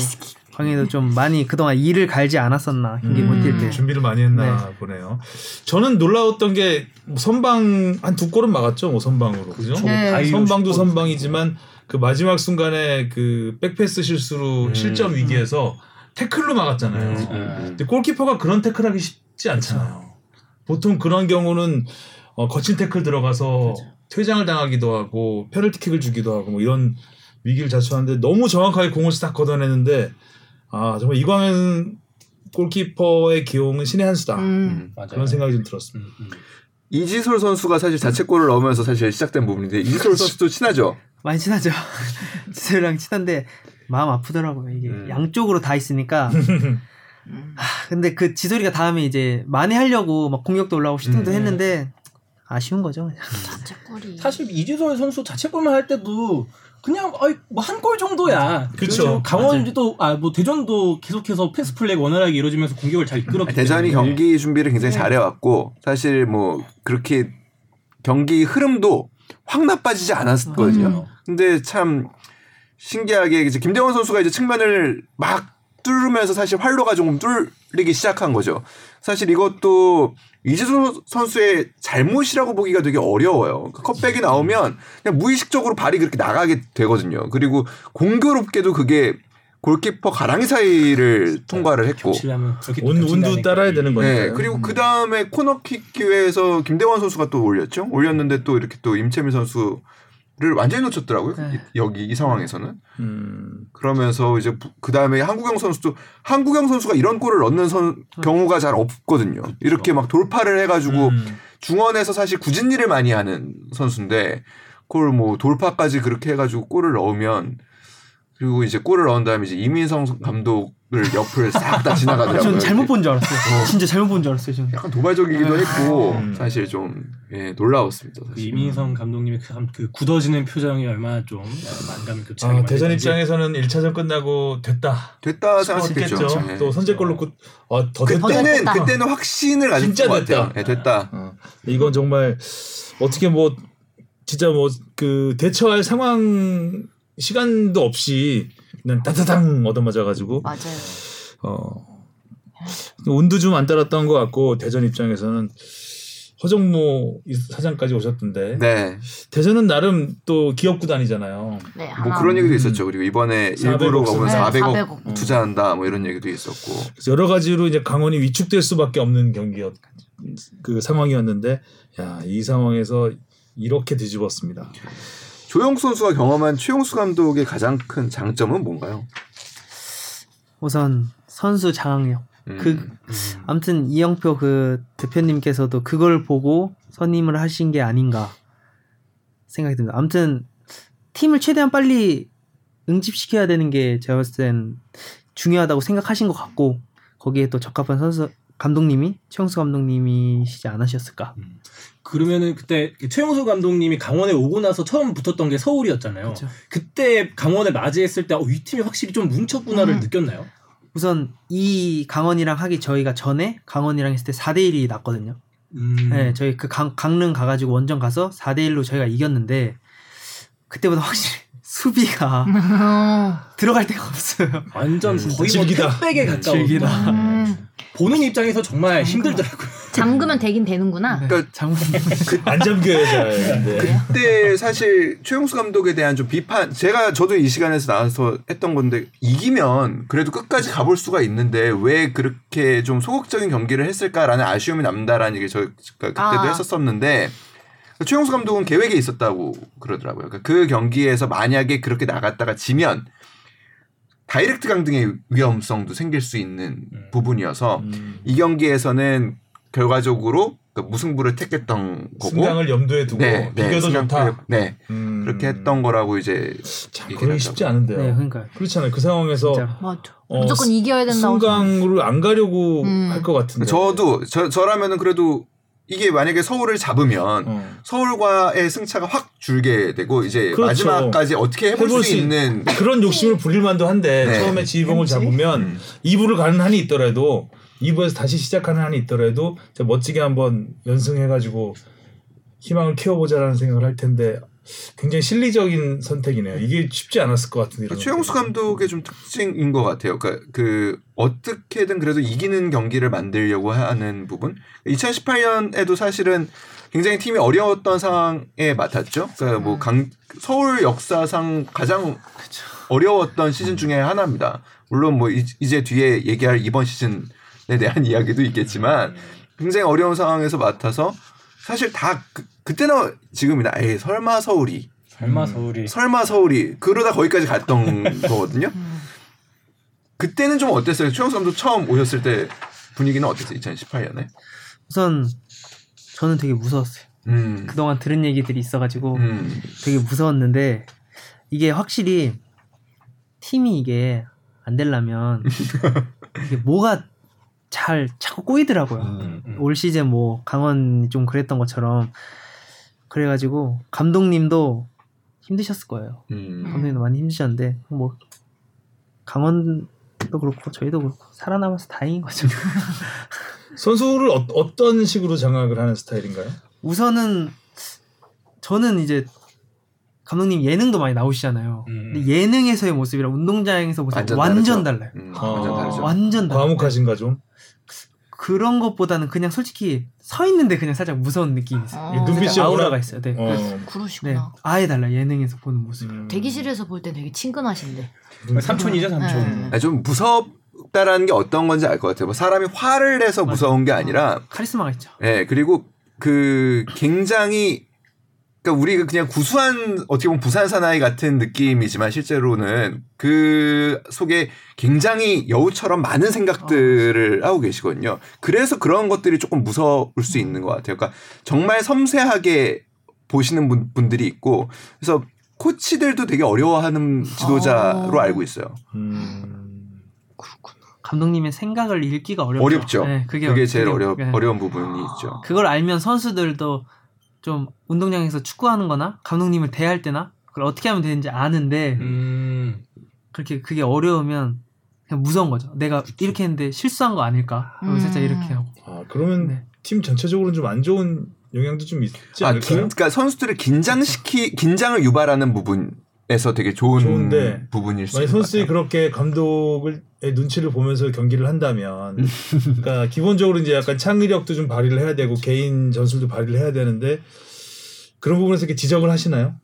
E: 광희도 좀 많이 그동안 일을 갈지 않았었나
A: 음.
E: 경기 못 뛸 때.
B: 준비를 많이 했나 보네요. 저는 놀라웠던 게뭐 선방 한 두 골은 막았죠, 뭐 선방으로 그죠?
A: 네.
C: 바이오
B: 선방도
C: 슛골.
B: 선방이지만 그 마지막 순간에 그 백패스 실수로 실점 위기에서 태클로 막았잖아요.
C: 음.
B: 근데 골키퍼가 그런 태클하기 쉽지 않잖아요.
D: 그렇죠.
B: 보통 그런 경우는 어, 거친 태클 들어가서 퇴장을 당하기도 하고 페널티킥을 주기도 하고 뭐 이런 위기를 자초하는데 너무 정확하게 공을 싹 걷어내는데 아 정말 이광현 골키퍼의 기용은 신의 한 수다
A: 음.
C: 맞아요.
B: 그런 생각이 좀 들었습니다.
C: 음, 음.
D: 이지솔 선수가 사실 자책골을 넣으면서 사실 시작된 부분인데 이지솔 선수도 친하죠.
E: 많이 친하죠. 지수랑 친한데 마음 아프더라고요. 이게
D: 음.
E: 양쪽으로 다 있으니까.
A: 음. 아,
E: 하, 근데 그 지소리가 다음에 이제 많이 하려고 막 공격도 올라오고 슈팅도
C: 음.
E: 했는데 아쉬운 거죠. 그냥.
A: 자책골이.
C: 사실 이지솔 선수 자책골만 할 때도 그냥 뭐한 골 정도야.
B: 그쵸.
C: 그리고 강원도 아 뭐 대전도 계속해서 패스 플레이가 원활하게 이루어지면서 공격을 잘 이끌었기
D: 대전이
C: 때문에. 네.
D: 경기 준비를 굉장히 잘해왔고 사실 뭐 그렇게
C: 음.
D: 경기 흐름도 확 나빠지지 않았거든요. 근데 참 신기하게 이제 김대원 선수가 이제 측면을 막 뚫으면서 사실 활로가 조금 뚫리기 시작한 거죠. 사실 이것도 이재성 선수의 잘못이라고 보기가 되게 어려워요. 그 컵백이
C: 음.
D: 나오면 그냥 무의식적으로 발이 그렇게 나가게 되거든요. 그리고 공교롭게도 그게 골키퍼 가랑이 사이를 통과를 했고
C: 겹치려면 그렇게
B: 온 운도
C: 겹친다니까.
B: 따라야 되는 거니까.
D: 네, 그리고 그 다음에 코너킥 기회에서 김대원 선수가 또 올렸죠. 올렸는데 또 이렇게 또 임채민 선수를 완전히 놓쳤더라고요.
E: 네.
D: 이- 여기 이 상황에서는.
B: 음.
D: 그러면서 이제 그 다음에 한국영 선수도 한국영 선수가 이런 골을 넣는 선- 경우가 잘 없거든요. 이렇게 막 돌파를
C: 뭐
D: 해가지고
B: 음.
D: 중원에서 사실 구진일을 많이 하는 선수인데 그걸 뭐 돌파까지 그렇게 해가지고 골을 넣으면 그리고 이제 골을 넣은 다음에 이제 이민성 감독을 옆을 싹 다 지나가더라고요.
E: 전 아, 잘못
D: 이렇게.
E: 본 줄 알았어요.
D: 아, 어.
E: 진짜 잘못 본 줄 알았어요. 저는.
D: 약간 도발적이기도 했고
B: 음.
D: 사실 좀 예, 놀라웠습니다.
C: 그
D: 사실.
C: 이민성 감독님의 그, 참 그 굳어지는 표정이 얼마나 좀 만감이 교차하게
B: 아, 대전
C: 만드는지.
B: 입장에서는 1차전 끝나고 됐다.
D: 됐다 생각했겠죠.
B: 싶었겠죠.
D: 예.
B: 또 선제골로 그, 어, 더 됐다.
D: 그때는
A: 됐다.
D: 그때는 확신을 가진
B: 진짜
D: 것 같아요.
B: 됐다.
D: 예, 됐다.
B: 어, 이건 정말 어떻게 뭐 진짜 뭐 그 대처할 상황 시간도 없이 그냥 따다당 얻어맞아가지고
A: 맞아요.
B: 어 운도 좀 안 따랐던 것 같고 대전 입장에서는 허정무 이 사장까지 오셨던데
D: 네.
B: 대전은 나름 또 기업 구단이잖아요.
A: 네,
D: 뭐
A: 하나.
D: 그런 얘기도 있었죠. 그리고 이번에
B: 400억
D: 일부로 가면
A: 네,
D: 400억,
A: 400억.
D: 투자한다 뭐 이런 얘기도 있었고.
B: 그래서 여러 가지로 이제 강원이 위축될 수밖에 없는 경기였 그 상황이었는데 야 이 상황에서 이렇게 뒤집었습니다.
D: 조영 선수가 경험한 최용수 감독의 가장 큰 장점은 뭔가요?
E: 우선 선수 장악력.
D: 음.
E: 그 아무튼 이영표 그 대표님께서도 그걸 보고 선임을 하신 게 아닌가 생각이 듭니다. 아무튼 팀을 최대한 빨리 응집시켜야 되는 게 제가 봤을 땐 중요하다고 생각하신 것 같고 거기에 또 적합한 선수 감독님이 최영수 감독님이시지 않으셨을까?
C: 그러면은 그때 그 최용수 감독님이 강원에 오고 나서 처음 붙었던 게 서울이었잖아요.
E: 그렇죠.
C: 그때 강원을 맞이했을 때 어, 이 팀이 확실히 좀 뭉쳤구나를
A: 음.
C: 느꼈나요?
E: 우선 이 강원이랑 하기 저희가 전에 강원이랑 했을 때 4대 1이 났거든요.
C: 음.
E: 네, 저희 그 강, 강릉 가가지고 원정 가서 4대 1로 저희가 이겼는데 그때보다 확실히 수비가
D: 음.
E: 들어갈 데가 없어요.
C: 완전
B: 음,
C: 거의
B: 즐기다.
C: 뭐 택백에 가까운
E: 즐기다.
A: 음,
C: 보는 입장에서 정말 힘들더라고요.
A: 잠그면 되긴 되는구나.
D: 그러니까
E: 장군
B: 안 잠겨야 잘. 네.
D: 그때 사실 최용수 감독에 대한 좀 비판 제가 저도 이 시간에서 나와서 했던 건데 이기면 그래도 끝까지 가볼 수가 있는데 왜 그렇게 좀 소극적인 경기를 했을까라는 아쉬움이 남다라는 얘기 저가 그때도
A: 아.
D: 했었었는데 최용수 감독은 계획에 있었다고 그러더라고요. 그러니까 그 경기에서 만약에 그렇게 나갔다가 지면 다이렉트 강등의 위험성도 생길 수 있는
C: 음.
D: 부분이어서 이 경기에서는 결과적으로 그 무승부를 택했던 거고 네,
B: 승강을 염두에 두고 네, 비교도
D: 생각-
B: 좋다.
D: 네,
B: 음.
D: 그렇게 했던 거라고 이제
B: 참
D: 얘기를
B: 그러기
D: 하더라고요.
B: 쉽지 않은데요.
E: 네, 그러니까
B: 그렇잖아요. 그 상황에서
E: 진짜
A: 맞아.
B: 어,
A: 무조건
B: 수-
A: 이겨야 된다.
B: 승강으로 안 가려고
A: 음.
B: 할 것 같은데.
D: 저도 저 저라면은 그래도 이게 만약에 서울을 잡으면
B: 어.
D: 서울과의 승차가 확 줄게 되고 이제
B: 그렇죠.
D: 마지막까지 어떻게 해볼,
B: 해볼
D: 수,
B: 수 있-
D: 있는
B: 그런 욕심을 부릴 만도 한데
D: 네.
B: 처음에 지휘봉을
A: 왠지?
B: 잡으면
D: 음.
B: 2부를 가는 한이 있더라도 2부에서 다시 시작하는 한이 있더라도 진짜 멋지게 한번 연승해가지고 희망을 키워보자라는 생각을 할 텐데 굉장히 실리적인 선택이네요. 이게 쉽지 않았을 것 같은데. 이런
D: 최용수
B: 것들이.
D: 감독의 좀 특징인 것 같아요. 그러니까 그 어떻게든 그래도 이기는 경기를 만들려고 하는 부분. 2018년에도 사실은 굉장히 팀이 어려웠던 상황에 맡았죠. 그러니까 뭐 강, 서울 역사상 가장 어려웠던 시즌 중에 하나입니다. 물론 뭐 이- 이제 뒤에 얘기할 이번 시즌에 대한 이야기도 있겠지만 굉장히 어려운 상황에서 맡아서 사실 다 그, 그때나 지금이나 에이 설마 서울이
C: 설마 서울이
D: 설마 서울이 그러다 거기까지 갔던 거거든요.
A: 음.
D: 그때는 좀 어땠어요? 최영수 감독 처음 오셨을 때 분위기는 어땠어요? 2018년에?
E: 우선 저는 되게 무서웠어요.
D: 음.
E: 그동안 들은 얘기들이 있어가지고
D: 음.
E: 되게 무서웠는데 이게 확실히 팀이 이게 안 되려면 이게 뭐가 잘 자꾸 꼬이더라고요.
D: 음.
C: 음.
E: 올 시즌 뭐 강원이 좀 그랬던 것처럼 그래가지고 감독님도 힘드셨을 거예요.
D: 음.
E: 감독님도 많이 힘드셨는데 뭐 강원도 그렇고 저희도 그렇고 살아남아서 다행인 거죠.
B: 선수를 어, 떤 식으로 장악을 하는 스타일인가요?
E: 우선은 저는 이제 감독님 예능도 많이 나오시잖아요.
C: 음.
E: 근데 예능에서의 모습이랑 운동장에서 모습 완전,
D: 완전
E: 완전
D: 다르죠.
E: 달라요.
D: 음,
B: 어.
D: 완전 다르죠.
E: 완전 달라요.
B: 과묵하신가 좀.
E: 그런 것보다는 그냥 솔직히 서 있는데 그냥 살짝 무서운 느낌이 있어요.
A: 어.
B: 이 눈빛이
E: 살짝 아우라가
B: 워낙-
E: 있어요. 네.
B: 어.
E: 네.
A: 그러시구나.
E: 아예 달라 예능에서 보는 모습.
B: 음.
A: 대기실에서 볼 땐 되게 친근하신데.
C: 네. 삼촌이죠 삼촌.
A: 네.
D: 아니, 좀 무섭다라는 게 어떤 건지 알 것 같아요. 뭐 사람이 화를 내서 무서운 게 아니라,
E: 카리스마가 있죠.
D: 예, 그리고 그 굉장히 그러니까 우리가 그냥 구수한 어떻게 보면 부산 사나이 같은 느낌이지만 실제로는 그 속에 굉장히 여우처럼 많은
E: 아,
D: 생각들을 하고 계시거든요. 그래서 그런 것들이 조금 무서울 수 있는 것 같아요. 그러니까 정말 섬세하게 보시는 분, 분들이 있고 그래서 코치들도 되게 어려워하는 지도자로
A: 어.
E: 아.
D: 알고 있어요.
B: 음.
A: 그렇구나.
E: 감독님의 생각을 읽기가 어렵죠.
D: 어렵죠.
E: 네,
D: 그게,
E: 그게,
D: 제일
E: 그게-
D: 어려,
E: 네.
D: 어려운 부분이 있죠.
E: 그걸 알면 선수들도 좀 운동장에서 축구하는거나 감독님을 대할 때나 그걸 어떻게 하면 되는지 아는데
C: 음.
E: 그렇게 그게 어려우면 그냥 무서운 거죠. 내가
C: 그치.
E: 이렇게 했는데 실수한 거 아닐까? 그리고
A: 음.
E: 살짝 이렇게 하고.
B: 아 그러면
E: 네.
B: 팀 전체적으로는 좀 안 좋은 영향도 좀 있지
D: 아,
B: 않을까요? 그렇죠.
D: 긴, 그러니까 선수들을 긴장시키 긴장을 유발하는 부분에서 되게 좋은
B: 좋은데,
D: 부분일 수
B: 만약
D: 있는
B: 선수들이
D: 것
B: 그렇게 감독을 의 눈치를 보면서 경기를 한다면, 그러니까 기본적으로 이제 약간 창의력도 좀 발휘를 해야 되고 개인 전술도 발휘를 해야 되는데 그런 부분에서 이렇게 지적을 하시나요?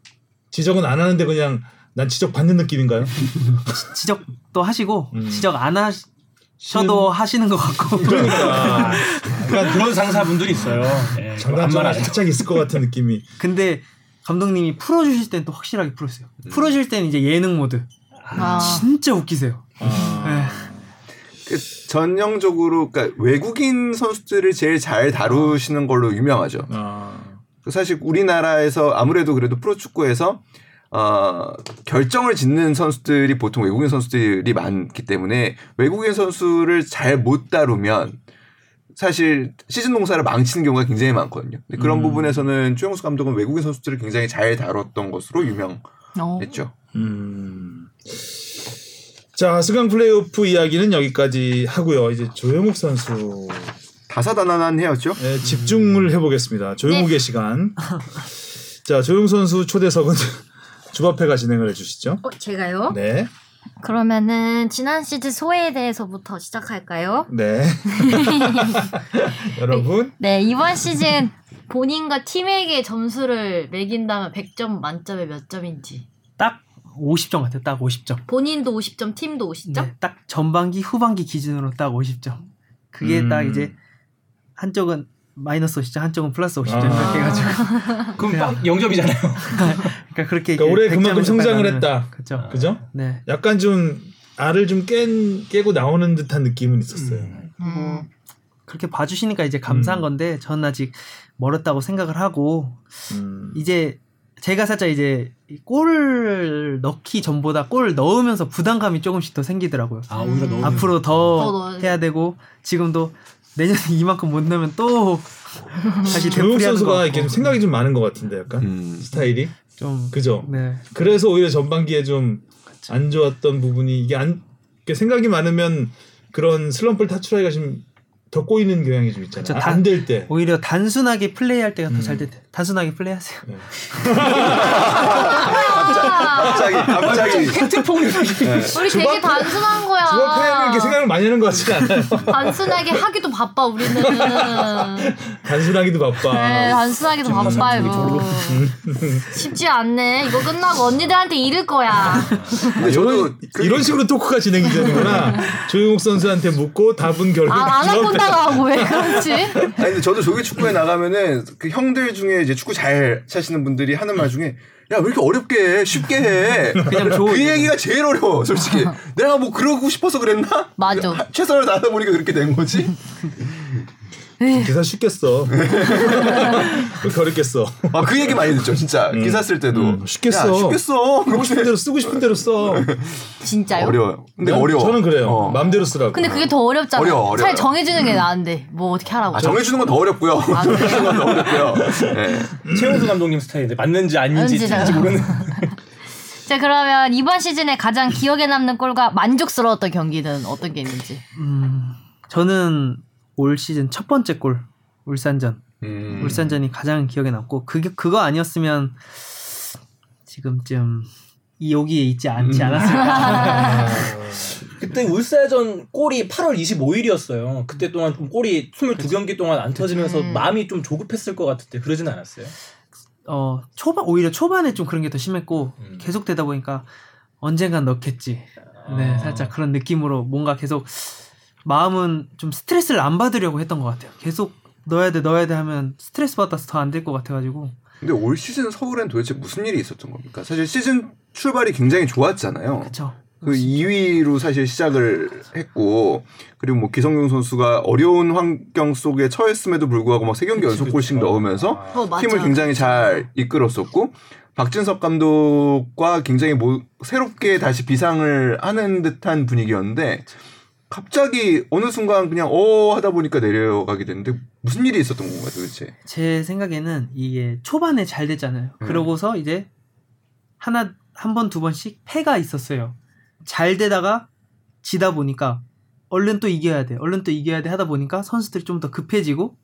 B: 지적은 안 하는데 그냥 난 지적 받는 느낌인가요?
E: 지- 지적도 하시고
B: 음.
E: 지적 안 하셔도 하시는 것 같고.
B: 그러니까
C: 그러니까 그런 상사분들이 있어요. 네,
B: 장단점
C: 안말하죠.
B: 살짝 있을 것 같은 느낌이.
E: 근데 감독님이 풀어주실 때는 또 확실하게 풀었어요.
B: 음.
E: 풀어줄 때는 이제 예능 모드.
A: 아,
E: 진짜 웃기세요.
B: 아,
D: 같아요. 그 전형적으로 그러니까 외국인 선수들을 제일 잘 다루시는 걸로 유명하죠.
B: 아,
D: 사실 우리나라에서 아무래도 그래도 프로축구에서 어, 결정을 짓는 선수들이 보통 외국인 선수들이 많기 때문에 외국인 선수를 잘 못 다루면 사실 시즌 동사를 망치는 경우가 굉장히 많거든요. 근데 그런
B: 음.
D: 부분에서는 최영수 감독은 외국인 선수들을 굉장히 잘 다뤘던 것으로 유명했죠.
A: 어.
B: 음. 자 수강 플레이오프 이야기는 여기까지 하고요. 이제 조영욱 선수
D: 다사다난한 해였죠.
B: 네, 집중을 해보겠습니다. 조용욱의 시간. 자, 조용 선수 초대석은 주바페가 진행을 해주시죠.
A: 어, 제가요?
B: 네,
A: 그러면은 지난 시즌 소회에 대해서부터 시작할까요?
B: 네. 여러분,
A: 네, 이번 시즌 본인과 팀에게 점수를 매긴다면 100점 만점에 몇 점인지.
E: 딱 50점 같아요. 딱 50점.
A: 본인도 50점, 팀도 50점?
E: 네, 딱 전반기 후반기 기준으로 딱 50점. 그게
B: 음.
E: 딱 이제 한쪽은 마이너스 50점, 한쪽은 플러스 50점
B: 아.
E: 이렇게 해가지고
C: 그럼 빵 0점이잖아요.
E: 그러니까 그렇게
B: 그러니까 올해 그만큼 성장을 했다. 아.
E: 그렇죠.
B: 그죠?
E: 네.
B: 약간 좀 알을 좀 깬 깨고 나오는 듯한 느낌은 있었어요.
E: 뭐
A: 음.
E: 그렇게 봐주시니까 이제 감사한
B: 음.
E: 건데 저는 아직 멀었다고 생각을 하고
B: 음.
E: 이제 제가 살짝 이제 이골 넣기 전보다 골 넣으면서 부담감이 조금씩 더 생기더라고요.
C: 아 오히려 너무
E: 앞으로
A: 더
E: 더
A: 넣어야지.
E: 해야 되고 지금도 내년에 이만큼 못 넣으면 또 다시
B: 조용
E: 되풀이하는 거
B: 선수가 이렇게 좀 생각이 좀 많은 것 같은데, 약간
D: 음.
B: 스타일이
E: 좀
B: 그죠?
E: 네.
B: 그래서 오히려 전반기에 좀 안 좋았던 부분이 이게 안 이게 생각이 많으면 그런 슬럼프를 탈출하기가 좀 더 꼬이는 경향이 좀
E: 그쵸,
B: 있잖아요.
E: 다-
B: 안 될 때.
E: 오히려 단순하게 플레이할 때가 더 잘
B: 음.
E: 될 때. 단순하게 플레이하세요.
B: 네.
D: 아, 갑자기 갑자기
A: 아, 우리 되게 단순한 거야.
B: 주바페는 이렇게 생각을 많이 하는 것 같지 않아요.
A: 단순하게 하기도 바빠 우리는.
B: 단순하기도 바빠.
D: 아,
A: 네, 단순하기도 바빠요. 쉽지 않네. 이거 끝나고 언니들한테 잃을 거야.
D: 근데 저도 그
B: 이런, 이런 식으로 토크가 진행이 되는구나. 조용욱 선수한테 묻고 답은 결국
A: 아, 아나콘다가 하고 왜 그러지?
D: 아니 근데 저도 조기 축구에 나가면은 그 형들 중에 이제 축구 잘 차시는 분들이 하는 말 중에 야 왜 이렇게 어렵게 해 쉽게 해
E: 그냥 좋은
D: 그 얘기가 제일 어려워 솔직히 내가 뭐 그러고 싶어서 그랬나
A: 맞아.
D: 하- 최선을 다하다 보니까 그렇게 된 거지
B: 기사 쉽겠어. 그렇게 어렵겠어.
D: 아 그 얘기 많이 듣죠 진짜 기사 쓸 때도
B: 음, 쉽겠어.
D: 야, 쉽겠어
B: 하고 싶은 대로 쓰고 싶은 대로 써.
A: 진짜요?
D: 어려워요 근데
B: 난-
D: 어려워
B: 저는 그래요.
D: 어.
B: 마음대로 쓰라고.
A: 근데 그게 더 어렵잖아.
D: 어려워, 어려워요.
A: 차라리 정해주는 게 나은데 뭐 어떻게 하라고.
D: 아, 정해주는 건 더 어렵고요 정해주는 건 더 어렵고요 네.
C: 최용수 감독님 스타일인데 맞는지 아닌지
A: 맞는지
C: 틀린지
A: 잘-
C: 모르는.
A: 자 그러면 이번 시즌에 가장 기억에 남는 골과 만족스러웠던 경기는 어떤 게 있는지.
E: 음, 저는 올 시즌 첫 번째 골 울산전
D: 음.
E: 울산전이 가장 기억에 남고 그게 그거 아니었으면 지금쯤 이 여기에 있지 않지
C: 음.
E: 않았을까.
C: 그때 울산전 골이 8월 25일이었어요. 그때 동안 좀 골이 22경기 동안 안 터지면서
A: 음.
C: 마음이 좀 조급했을 것 같은데 그러진 않았어요.
E: 어 초반 오히려 초반에 좀 그런 게 더 심했고
C: 음.
E: 계속 되다 보니까 언젠간 넣겠지. 네,
C: 아.
E: 살짝 그런 느낌으로 뭔가 계속 마음은 좀 스트레스를 안 받으려고 했던 것 같아요. 계속 넣어야 돼, 넣어야 돼 하면 스트레스 받아서 더 안 될 것 같아가지고.
D: 근데 올 시즌 서울엔 도대체 무슨 일이 있었던 겁니까? 사실 시즌 출발이 굉장히 좋았잖아요.
E: 그쵸.
D: 그 2위로 사실 시작을 했고 그리고 뭐 기성용 선수가 어려운 환경 속에 처했음에도 불구하고 막 세 경기 연속 골씩 넣으면서
A: 어, 맞아.
D: 팀을 굉장히 잘 이끌었었고 박진섭 감독과 굉장히 뭐 새롭게 다시 비상을 하는 듯한 분위기였는데 갑자기 어느 순간 그냥 어 하다 보니까 내려가게 됐는데 무슨 일이 있었던 건가요 도대체?
E: 제 생각에는 이게 초반에 잘 됐잖아요.
D: 음.
E: 그러고서 이제 하나 한 번 두 번씩 패가 있었어요. 잘 되다가 지다 보니까 얼른 또 이겨야 돼, 얼른 또 이겨야 돼 하다 보니까 선수들이 좀 더 급해지고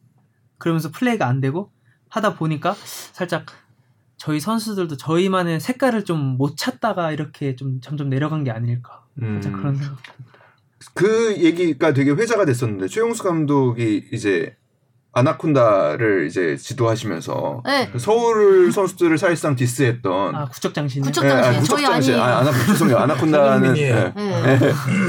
E: 그러면서 플레이가 안 되고 하다 보니까 살짝 저희 선수들도 저희만의 색깔을 좀 못 찾다가 이렇게 좀 점점 내려간 게 아닐까 살짝
D: 음.
E: 그런 생각.
D: 그 얘기가 되게 회자가 됐었는데 최용수 감독이 이제 아나콘다를 이제 지도하시면서
B: 아,
A: 네.
D: 서울 선수들을 사실상 디스했던
E: 아 구적장신.
A: 구적-
D: 예, 아,
A: 구척장신, 저희
D: 구척장신. 아, 아나 죄송해요 아나콘다는
B: 손흥민이에요.
D: 예.
A: 네.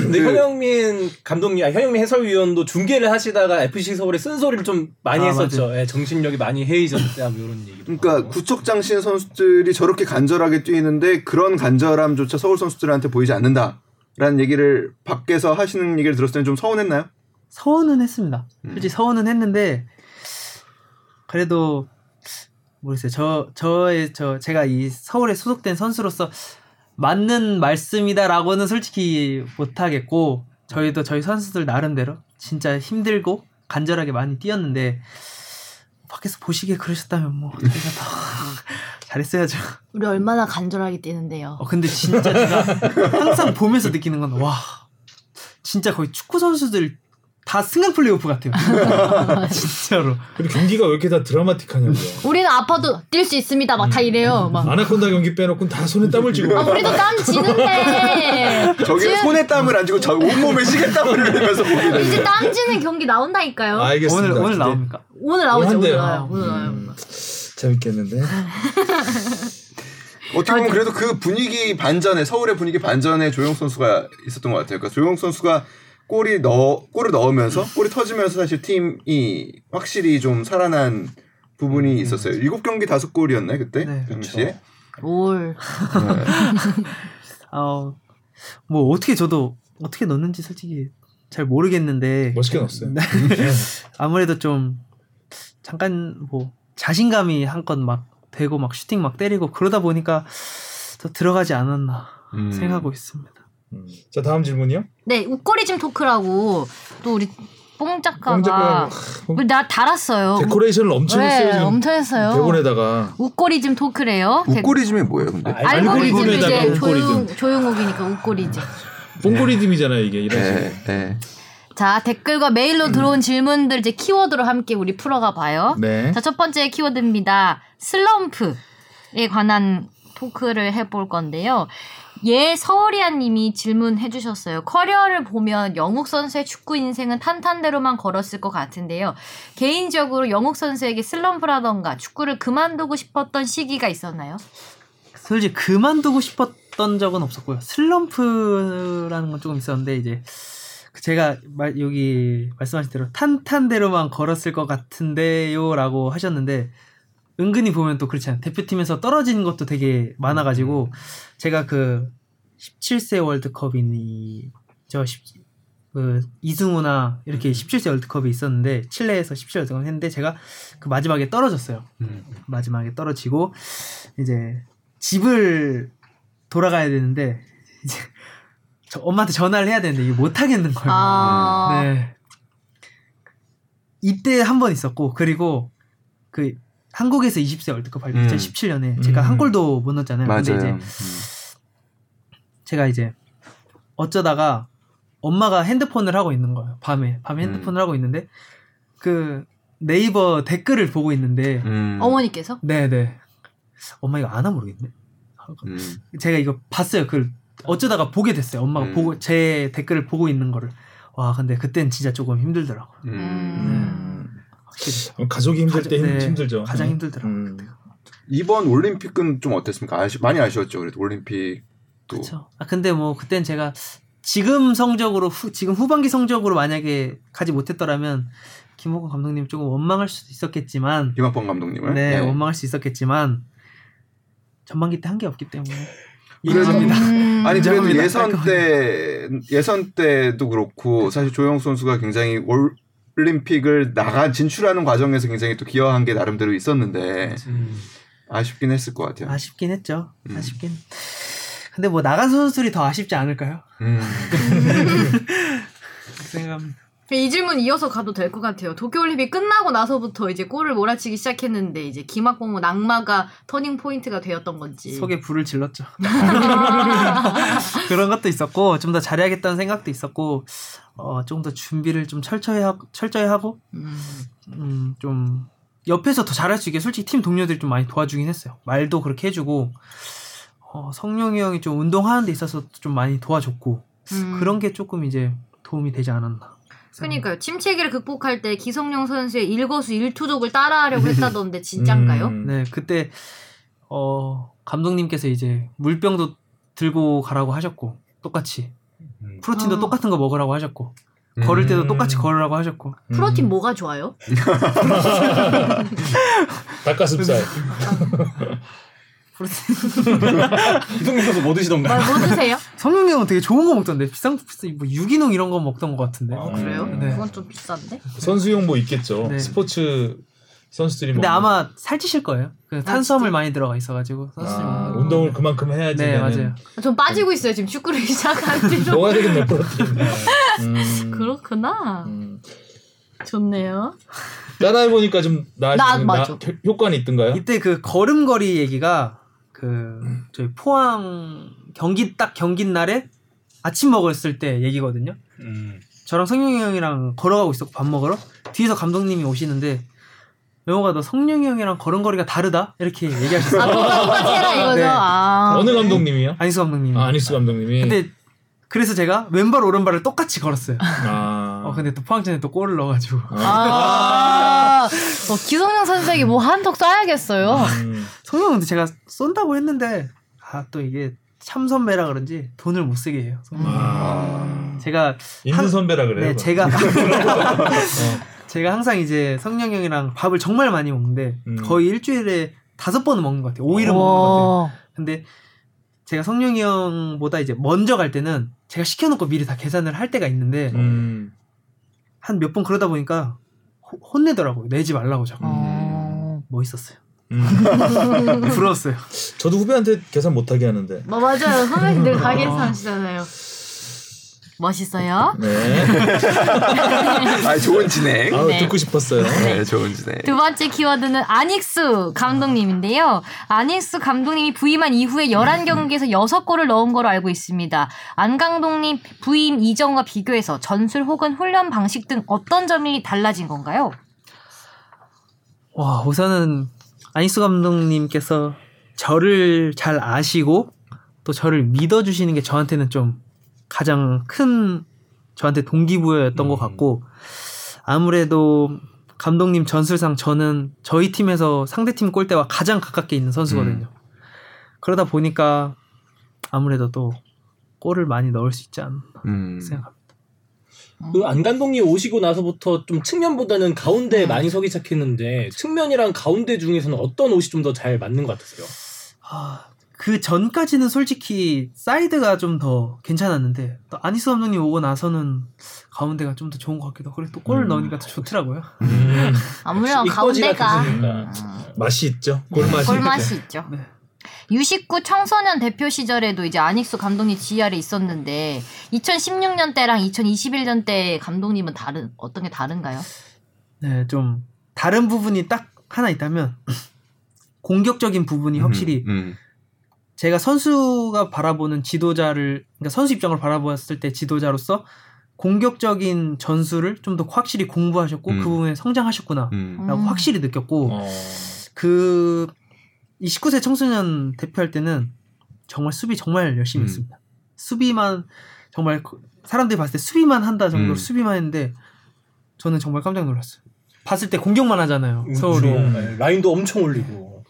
C: 근데
D: 그-
C: 현영민 감독님, 아, 현영민 해설위원도 중계를 하시다가 FC 서울의 쓴소리를 좀 많이
E: 아,
C: 했었죠. 예, 정신력이 많이 해이졌다 뭐 이런 얘기도.
D: 그러니까
C: 하고.
D: 구척장신 선수들이 저렇게 간절하게 뛰는데 그런 간절함조차 서울 선수들한테 보이지 않는다라는 얘기를 밖에서 하시는 얘기를 들었을 때는 좀 서운했나요?
E: 서운은 했습니다.
D: 음.
E: 솔직히 서운은 했는데 그래도 모르겠어요. 저 저의 저 제가 이 서울에 소속된 선수로서 맞는 말씀이다라고는 솔직히 못 하겠고 저희도 저희 선수들 나름대로 진짜 힘들고 간절하게 많이 뛰었는데 밖에서 보시기에 그러셨다면 뭐 저희가 더 잘했어야죠.
A: 우리 얼마나 간절하게 뛰는데요.
E: 어, 근데 진짜 제가 항상 보면서 느끼는 건 와. 진짜 거의 축구 선수들 다 승강 플레이오프 같아요. 진짜로.
B: 그리고 경기가 왜 이렇게 다 드라마틱하냐고요.
A: 우리는 아파도 뛸 수 있습니다. 막 다 이래요. 막.
B: 아나콘다 경기 빼놓고는 다 손에 땀을 쥐고
A: 아, 우리도 땀 지는데.
D: 저기
A: 지금
D: 손에 땀을 안 쥐고 저 온몸에 시계땀을 흘리면서 보게 되는
A: 이제 땀 지는 경기 나온다니까요.
B: 알겠습니다.
E: 아, 오늘 오늘
B: 기대-
E: 나옵니까?
A: 오늘 나오죠.
B: 한대요.
A: 오늘 나와요. 오늘
B: 아, 음,
A: 나와요. 오늘.
B: 재밌겠는데.
D: 어떻게 보면 그래도 그 분위기 반전에 서울의 분위기 반전에 조용 선수가 있었던 것 같아요. 그러니까 조용 선수가 골이 넣 골을 넣으면서 골이 터지면서 사실 팀이 확실히 좀 살아난 부분이 있었어요. 일곱 경기 다섯 골이었나요 그때
E: 네,
D: 당시에?
A: 올.
D: 네.
E: 어. 뭐 어떻게 저도 어떻게 넣는지 솔직히 잘 모르겠는데
B: 멋있게 넣었어요.
E: 네. 아무래도 좀 잠깐 뭐 자신감이 한껏 막 되고 막 슈팅 막 때리고 그러다 보니까 더 들어가지 않았나
D: 음.
E: 생각하고 있습니다.
B: 음. 자 다음 질문이요.
A: 네, 웃거리즘 토크라고 또 우리
B: 공작가
A: 뽕작가가 나
E: 뭐-
A: 달았어요.
B: 데코레이션을 엄청 했어요.
A: 네,
B: 지금
A: 엄청 했어요.
B: 대본에다가
A: 웃거리즘 토크래요.
D: 웃골이즘이 뭐예요, 근데?
C: 아,
A: 알고리즘
B: 알고리즘에다가
A: 이제 조용
B: 웃거리즘.
A: 조용욱이니까 웃거리즘.
B: 뽕고리즘이잖아요 이게 이런 식으로.
D: 네, 네.
A: 자 댓글과 메일로 들어온 질문들 이제 키워드로 함께 우리 풀어가 봐요.
B: 네.
A: 자 첫 번째 키워드입니다. 슬럼프에 관한 토크를 해볼 건데요. 예 서울이아님이 질문해주셨어요. 커리어를 보면 영욱 선수의 축구 인생은 탄탄대로만 걸었을 것 같은데요. 개인적으로 영욱 선수에게 슬럼프라던가 축구를 그만두고 싶었던 시기가 있었나요?
E: 솔직히 그만두고 싶었던 적은 없었고요. 슬럼프라는 건 조금 있었는데 이제 그 제가 말- 여기 말씀하신 대로 탄탄대로만 걸었을 것 같은데요라고 하셨는데 은근히 보면 또 그렇지 않아요. 대표팀에서 떨어진 것도 되게 많아가지고 제가 그 17세 월드컵이니 저 10, 그 이승우나 이렇게 17세 월드컵이 있었는데 칠레에서 17세 월드컵 했는데 제가 그 마지막에 떨어졌어요. 마지막에 떨어지고 이제 집을 돌아가야 되는데 이제 저 엄마한테 전화를 해야 되는데 이게 못 하겠는 거예요.
A: 아,
E: 네. 이때 한 번 있었고 그리고 그 한국에서 20세 월드컵 할때
D: 음.
E: 2017년에 제가
B: 음.
E: 한 골도 못 넣었잖아요. 근데 이제
D: 맞아요.
E: 제가 이제 어쩌다가 엄마가 핸드폰을 하고 있는 거예요. 밤에 밤에
D: 음.
E: 핸드폰을 하고 있는데 그 네이버 댓글을 보고 있는데 네,
D: 음.
A: 어머니께서?
E: 네네. 엄마 이거 아나 모르겠네. 아,
D: 음.
E: 제가 이거 봤어요. 그걸 어쩌다가 보게 됐어요. 엄마가
D: 음.
E: 보고 제 댓글을 보고 있는 거를. 와, 근데 그땐 진짜 조금 힘들더라고. 요
D: 음.
B: 음.
E: 확실히.
B: 가족이 힘들 때 힘, 들죠
E: 네. 가장 힘들더라고. 요
B: 음.
D: 이번 올림픽은 좀 어땠습니까? 아쉬, 많이 아쉬웠죠. 그래도 올림픽도.
E: 그렇죠. 아 근데 뭐 그땐 제가 지금 성적으로 후, 지금 후반기 성적으로 만약에 가지 못했더라면 김호곤 감독님 조금 원망할 수도 있었겠지만
D: 김학범 감독님을.
E: 네, 원망할 수 있었겠지만 전반기 때 한 게 없기 때문에
D: 그래서-
E: 인정합니다.
A: 음.
D: 아니 그래도
E: 죄송합니다.
D: 예선 때 예선 때도 그렇고 사실 조영 선수가 굉장히 올림픽을 나가 진출하는 과정에서 굉장히 또 기여한 게 나름대로 있었는데
C: 음.
D: 아쉽긴 했을 것 같아요.
E: 아쉽긴 했죠.
D: 음.
E: 아쉽긴. 근데 뭐 나간 선수들이 더 아쉽지 않을까요?
D: 음.
E: 그 생각합니다.
A: 이 질문 이어서 가도 될 것 같아요. 도쿄올림픽 끝나고 나서부터 이제 골을 몰아치기 시작했는데 이제 김학공은 악마가 터닝 포인트가 되었던 건지.
E: 속에 불을 질렀죠.
A: 아.
E: 그런 것도 있었고 좀 더 잘해야겠다는 생각도 있었고 어, 좀 더 준비를 좀 철저히 하고, 철저히 하고
A: 음.
E: 음, 좀 옆에서 더 잘할 수 있게 솔직히 팀 동료들이 좀 많이 도와주긴 했어요. 말도 그렇게 해주고 어, 성룡이 형이 좀 운동하는 데 있어서 좀 많이 도와줬고
A: 음.
E: 그런 게 조금 이제 도움이 되지 않았나.
A: 그러니까요. 침체기를 극복할 때 기성용 선수의 일거수 일투족을 따라하려고 했다던데 진짠가요?
B: 음.
E: 네 그때 어, 감독님께서 이제 물병도 들고 가라고 하셨고 똑같이
C: 음.
E: 프로틴도
A: 어.
E: 똑같은 거 먹으라고 하셨고 음.
B: 음.
E: 걸을 때도 똑같이 걸으라고 하셨고
A: 프로틴 뭐가 좋아요?
B: 닭가슴살.
C: 이성민 선수 뭐 드시던가요?
A: 아, 뭐 드세요?
E: 성룡이 형은 되게 좋은 거 먹던데 비싼 비싼 뭐 유기농 이런 거 먹던 것 같은데
B: 아,
A: 그래요?
B: 네.
A: 그건 좀 비싼데?
B: 선수용 뭐 있겠죠.
E: 아. 네.
B: 스포츠 선수들이
E: 근데
B: 먹는.
E: 아마 살찌실 거예요. 그 탄수화물
A: 아, 진짜?
E: 많이 들어가 있어가지고 선수
B: 아,
A: 음.
B: 운동을 그만큼 해야지.
E: 네 맞아요.
A: 전 빠지고 있어요. 지금 축구를 시작한 뒤로.
B: 먹어야 되겠네 프로틴. 음.
A: 그렇구나.
B: 음.
A: 좋네요.
B: 따라해 보니까 좀 나아지
A: 나- 맞아.
B: 효과는 있던가요?
E: 이때 그 걸음걸이 얘기가 그 저희 포항 경기 딱 경기 날에 아침 먹었을 때 얘기거든요.
C: 음.
E: 저랑 성룡이 형이랑 걸어가고 있었고 밥 먹으러 뒤에서 감독님이 오시는데 영호가 너 성룡이 형이랑 걸음걸이가 다르다 이렇게 얘기하셨어요.
A: 아, 똑같이 해라 이거죠.
E: 네.
A: 아.
B: 어느 감독님이요?
E: 안희수 감독님.
B: 아, 아니스 감독님이.
E: 근데 그래서 제가 왼발 오른발을 똑같이 걸었어요.
B: 아.
E: 어 근데 또 포항전에 또 골을 넣어가지고
A: 아, 어, 기성용 선수에게 뭐 한턱 쏴야겠어요.
B: 음.
E: 성룡은 근데 제가 쏜다고 했는데 아 또 이게 참 선배라 그런지 돈을 못 쓰게 해요. 성룡이.
B: 아.
E: 제가
B: 있는
E: 한-
B: 선배라 그래요.
E: 네
B: 그럼.
E: 제가
B: 어.
E: 제가 항상 이제 성룡 형이랑 밥을 정말 많이 먹는데
B: 음.
E: 거의 일주일에 다섯 번은 먹는 것뭐 같아요. 오일은 먹는 것 같아요.
A: 와.
E: 근데 제가 성룡이 형보다 이제 먼저 갈 때는 제가 시켜놓고 미리 다 계산을 할 때가 있는데
B: 음.
E: 한 몇 번 그러다 보니까 호- 혼내더라고요. 내지 말라고 자꾸.
A: 어.
E: 멋있었어요.
B: 음.
E: 부러웠어요.
B: 저도 후배한테 계산 못하게 하는데.
A: 뭐 맞아요. 선배님들 가게 사시잖아요. 멋있어요.
B: 네.
D: 아 좋은 진행.
B: 아
A: 네.
B: 듣고 싶었어요.
D: 네, 좋은 진행.
A: 두 번째 키워드는 아닉스 감독님인데요. 아닉스 감독님이 부임한 이후에 11경기에서 6골을 넣은 걸로 알고 있습니다. 안 감독님 부임 이전과 비교해서 전술 혹은 훈련 방식 등 어떤 점이 달라진 건가요?
E: 와, 우선은 아니스 감독님께서 저를 잘 아시고 또 저를 믿어주시는 게 저한테는 좀 가장 큰 저한테 동기부여였던 것 같고 아무래도 감독님 전술상 저는 저희 팀에서 상대팀 골대와 가장 가깝게 있는 선수거든요. 그러다 보니까 아무래도 또 골을 많이 넣을 수 있지 않나
D: 음.
E: 생각합니다.
C: 그 안감독님 오시고 나서부터 좀 측면보다는 가운데
A: 음.
C: 에 많이 서기 시작했는데 측면이랑 가운데 중에서는 어떤 옷이 좀 더 잘 맞는 것 같으세요?
E: 아, 그 전까지는 솔직히 사이드가 좀 더 괜찮았는데 또 아니스 감독님 오고 나서는 가운데가 좀 더 좋은 것 같기도 하고 그리고 또 골을
B: 음.
E: 넣으니까 더 좋더라고요.
B: 음.
A: 아무래도
C: 이거지
A: 가운데가 아.
C: 같은
B: 음. 맛이 있죠. 골맛이.
A: 골맛이 있죠.
E: 네.
A: U19 청소년 대표 시절에도 이제 아닉스 감독님 지휘 아래 있었는데 2016년 때랑 2021년 때 감독님은 다른 어떤 게 다른가요?
E: 네, 좀 다른 부분이 딱 하나 있다면 공격적인 부분이 확실히
D: 음.
E: 제가 선수가 바라보는 지도자를 그러니까 선수 입장을 바라보았을 때 지도자로서 공격적인 전술을 좀 더 확실히 공부하셨고
D: 음.
E: 그 부분에 성장하셨구나라고
D: 음.
A: 음.
E: 확실히 느꼈고
B: 어.
E: 그 29세 청소년 대표할 때는 정말 수비 정말 열심히
D: 음.
E: 했습니다. 수비만 정말 그- 사람들이 봤을 때 수비만 한다 정도로
D: 음.
E: 수비만 했는데 저는 정말 깜짝 놀랐어요. 봤을 때 공격만 하잖아요. 서울이
B: 음, 그죠.
C: 네, 라인도 엄청 올리고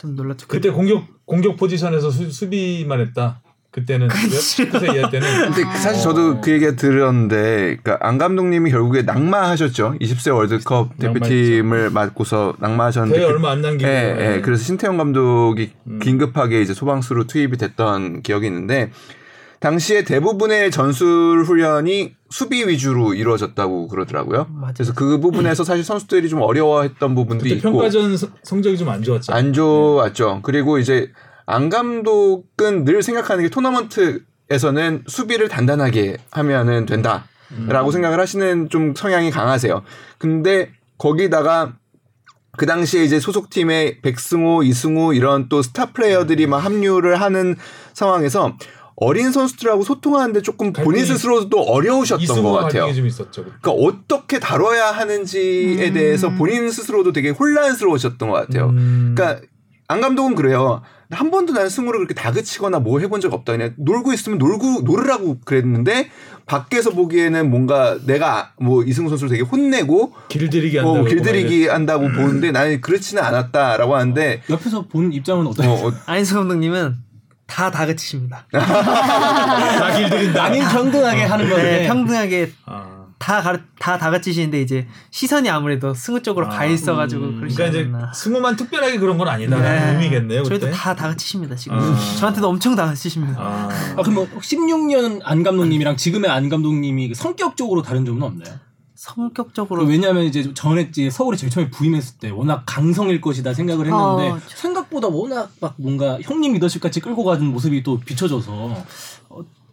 E: 좀 놀랐죠.
B: 그때 공격 공격 포지션에서 수, 수비만 했다. 그때는
E: 그치.
B: 그때 이할 때는
D: 근데 사실 저도 그 얘기 들었는데, 그러니까 안 감독님이 결국에 낙마하셨죠. 20세 월드컵 대표팀을 맡고서 낙마하셨는데.
B: 대회 얼마 안 남기고
D: 예, 예. 그래서 신태용 감독이
B: 음.
D: 긴급하게 이제 소방수로 투입이 됐던 기억이 있는데 당시에 대부분의 전술 훈련이 수비 위주로 이루어졌다고 그러더라고요.
E: 맞아요.
D: 그래서 그 부분에서 사실 선수들이 좀 어려워했던 부분도
B: 그때
D: 있고
B: 평가전 서- 성적이 좀 안 좋았죠.
D: 안 좋았죠. 그리고 이제 안 감독은 늘 생각하는 게 토너먼트에서는 수비를 단단하게 하면은 된다. 라고
B: 음.
D: 생각을 하시는 좀 성향이 강하세요. 근데 거기다가 그 당시에 이제 소속팀에 백승호, 이승우 이런 또 스타 플레이어들이 막 합류를 하는 상황에서 어린 선수들하고 소통하는데 조금
B: 네,
D: 본인
B: 갈등이-
D: 스스로도 어려우셨던 것
B: 이승호
D: 같아요.
B: 갈등이 좀 있었죠. 그때.
D: 그러니까 어떻게 다뤄야 하는지에
A: 음.
D: 대해서 본인 스스로도 되게 혼란스러우셨던 것 같아요.
B: 음.
D: 그러니까 안 감독은 그래요. 한 번도 난 승우를 그렇게 다그치거나 뭐 해본 적 없다. 그냥 놀고 있으면 놀고 놀으라고 그랬는데 밖에서 보기에는 뭔가 내가 뭐 이승우 선수를 되게 혼내고
B: 길들이기 한다고
D: 뭐
B: 그러고 막 음.
D: 길들이기 한다고 보는데 나는 그렇지는 않았다라고 하는데
C: 옆에서 본 입장은 어떠
D: 어,
C: 요
D: 어,
E: 안인수 감독님은 다 다그치십니다.
B: 이래. 나 길들인다.
C: 아닌 평등하게 하는 건데
E: 네, 평등하게
B: 아.
E: 다, 가, 다 다그치시는데 이제 시선이 아무래도 승우 쪽으로 가 있어가지고 그러시지
B: 음. 그러니까 이제
E: 않나.
B: 승우만 특별하게 그런 건 아니다라는
E: 네.
B: 의미겠네요.
E: 저희도
B: 그때.
E: 다 다그치십니다 지금.
B: 아.
E: 저한테도 엄청 다그치십니다.
B: 아.
C: 아, 그럼 뭐 16년 안 감독님이랑 지금의 안 감독님이 그 성격적으로 다른 점은 없나요?
E: 성격적으로
C: 그럼 왜냐하면 이제 전에 이제 서울에 제일 처음에 부임했을 때 워낙 강성일 것이다 생각을 했는데
A: 어, 저-
C: 생각보다 워낙 막 뭔가 형님 리더십 같이 끌고 가는 모습이 또 비춰져서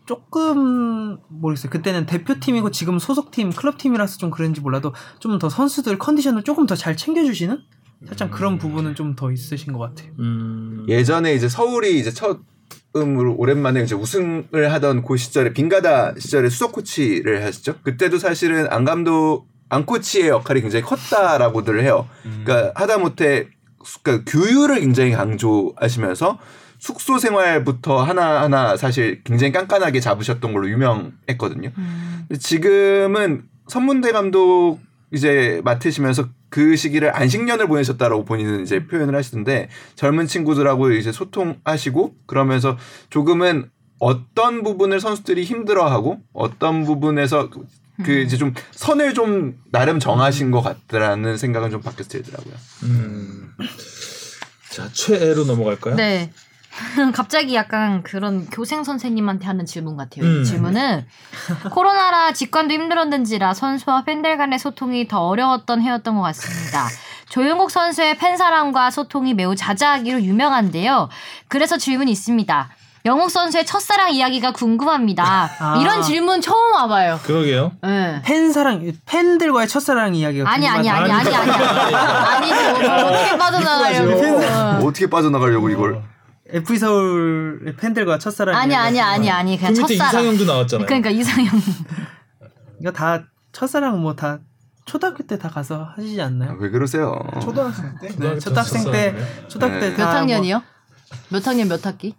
E: 조금 모르겠어요. 그때는 대표팀이고 지금 소속팀, 클럽팀이라서 좀 그런지 몰라도 좀 더 선수들 컨디션을 조금 더 잘 챙겨주시는 살짝 그런 부분은 좀 더 있으신 것 같아요.
B: 음.
D: 예전에 이제 서울이 이제 처음으로 오랜만에 이제 우승을 하던 그 시절에 빙가다 시절에 수석 코치를 하셨죠. 그때도 사실은 안 감독 안 코치의 역할이 굉장히 컸다라고들 해요. 그러니까 하다못해 수- 그러니까 규율을 굉장히 강조하시면서 숙소 생활부터 하나하나 사실 굉장히 깐깐하게 잡으셨던 걸로 유명했거든요.
A: 음.
D: 근데 지금은 선문대 감독 이제 맡으시면서 그 시기를 안식년을 보내셨다라고 본인은 이제 표현을 하시던데 젊은 친구들하고 이제 소통하시고 그러면서 조금은 어떤 부분을 선수들이 힘들어하고 어떤 부분에서 그- 그 이제 좀 선을 좀 나름 정하신 것 같다라는 생각은 좀 밖에서 들더라고요.
B: 음. 자 최애로 넘어갈까요?
A: 네. 갑자기 약간 그런 교생 선생님한테 하는 질문 같아요. 이
B: 음.
A: 질문은 코로나라 직관도 힘들었는지라 선수와 팬들 간의 소통이 더 어려웠던 해였던 것 같습니다. 조용국 선수의 팬 사랑과 소통이 매우 자자하기로 유명한데요. 그래서 질문이 있습니다. 영욱 선수의 첫사랑 이야기가 궁금합니다.
E: 아.
A: 이런 질문 처음 와봐요.
B: 그러게요.
A: 예.
E: 팬 사랑, 팬들과의 첫사랑
B: 그
E: 이야기가
A: 아니 아니
E: 궁금하다.
A: 아니 아니 아니 아니 어떻게 빠져나가려고
D: 뭐 어떻게 빠져나가려고 이걸?
E: FE E 서울의 팬들과 첫사랑.
A: 아니
E: 이야기가
A: 아니 아니 아니
B: 그
A: 그냥
B: 밑에
A: 첫사랑
B: 이상형도 나왔잖아요.
A: 그러니까 이상형
E: 이거 다 첫사랑 뭐 다 초등학교 때 다 가서 하시지
D: 아,
E: 않나요?
D: 왜 그러세요?
E: 초등학생 때? 네,
B: 초등학교
E: 초등학생 때,
B: 첫사랑이요?
E: 초등학교 때
D: 네.
E: 다
A: 몇
E: 뭐-
A: 학년이요? 몇 학년 몇 학기?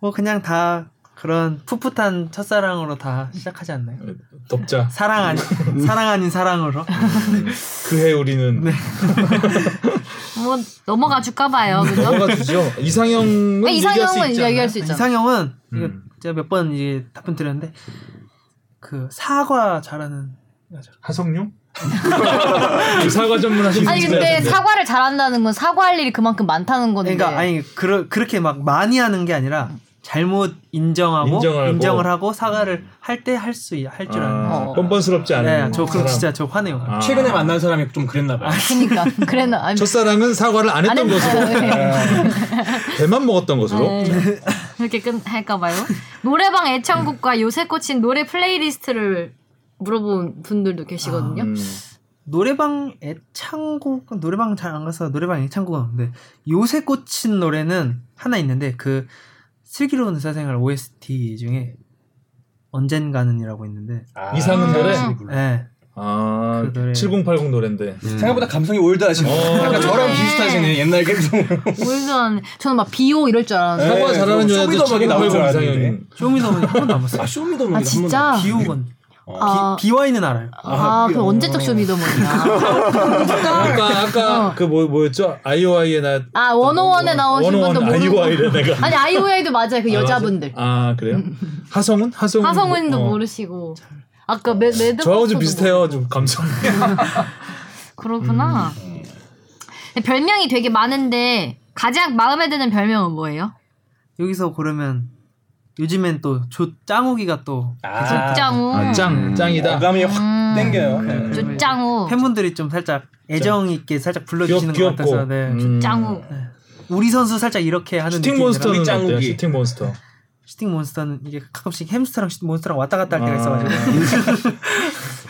E: 뭐 그냥 다 그런 풋풋한 첫사랑으로 다 시작하지 않나요?
B: 네. 덥자.
E: 사랑 아닌 사랑 아닌 사랑으로.
B: 그해 우리는
E: 네.
A: 뭐 넘어가 줄까 봐요. 그죠?
B: 넘어가 주죠. 이상형은
A: 네,
B: 뭐 얘기할 수
A: 이상형은
B: 있지 않아요?
A: 얘기할 수 있잖아.
E: 이상형은 이거
B: 음.
E: 제가 몇 번 이제 답변 드렸는데 그 사과 잘하는 여자.
B: 하성룡? 그 사과 전문하시는
A: 아니 근데 사과를 잘한다는 건 사과할 일이 그만큼 많다는 건데.
E: 그러니까 아니 그러, 그렇게 막 많이 하는 게 아니라 잘못 인정하고
B: 인정을
E: 인정을,
B: 하고.
E: 하고 사과를 할 때 할 수 할 줄 아는.
B: 아,
A: 어.
B: 뻔뻔스럽지 않은
E: 네, 저 그럼
B: 사람.
E: 진짜 저 화내요.
B: 아.
C: 최근에 만난 사람이 좀 그랬나 봐요.
A: 그러니까 그래나 아니,
B: 첫사랑은 사과를 안
A: 안 네.
B: 했던 것으로 네.
A: 했어요.
B: 배만 먹었던 것으로
A: 네. 이렇게 끝 할까 봐요. 노래방 애창곡과 요새 꽂힌 노래 플레이리스트를 물어본 분들도 계시거든요.
B: 음.
E: 노래방 애창곡 노래방 잘 안 가서 노래방 애창곡은 없는데 요새 꽂힌 노래는 하나 있는데 그 슬기로운 의사생활 OST 중에 언젠가는이라고 있는데
A: 아,
B: 이상은 노래?
E: 예.
B: 아,
E: 그 노래.
B: 7080 노래인데.
A: 음.
C: 생각보다 감성이 올드하시네.
B: 어.
C: 약간 저랑 비슷하시네. 옛날 감성.
A: 물론 저는 막 비오 이럴 줄 알았는데.
B: 사과 잘하는
C: 네,
B: 여자도
C: 쇼미더머니 나올
B: 7080
C: 줄 알았는데.
B: 이상형인.
E: 쇼미더머니 한 번도 안 봤어요.
C: 아 쇼미더머니.
A: 아, 진짜?
E: 비오건.
A: 아,
E: 비와이는 알아요.
A: 아, 그 언제적 쇼미더머니야.
E: 그러니까.
B: 아까 아까
A: 어.
B: 그 뭐, 뭐였죠? 아이오아이에 나
A: 아, 101에 나오신 분도
B: oh 원어원
A: 모르고.
B: 아이오아이래 내가.
A: 아니, 아이오아이도 맞아요. 그 여자분들.
B: 아 그래요? 하성은? 하성은?
A: 하성은도
B: 뭐- 어.
A: 모르시고. 아까 매드
B: 저하고 좀 비슷해요. 좀
A: 어.
B: 감성.
A: 그렇구나.
B: 음,
A: 별명이 되게 많은데 가장 마음에 드는 별명은 뭐예요?
E: 여기서 고르면 요즘엔 또 조 짱우기가 또
C: 아,
A: 짱우.
B: 아, 짱 짱이다.
C: 어감이 확
A: 음.
C: 땡겨요.
B: 음.
A: 조 짱우.
E: 팬분들이 좀 살짝 애정 있게 살짝 불러주시는
B: 귀엽,
E: 것 같아서
B: 귀엽고.
E: 네.
B: 음.
A: 짱우.
E: 우리 선수 살짝 이렇게 하는
B: 슈팅
E: 느낌이라.
B: 몬스터는
C: 짱우기.
B: 어때요? 슈팅 몬스터.
E: 슈팅 몬스터는 이게 가끔씩 햄스터랑 슈팅 몬스터랑 왔다 갔다 할 때가
B: 아.
E: 있어가지고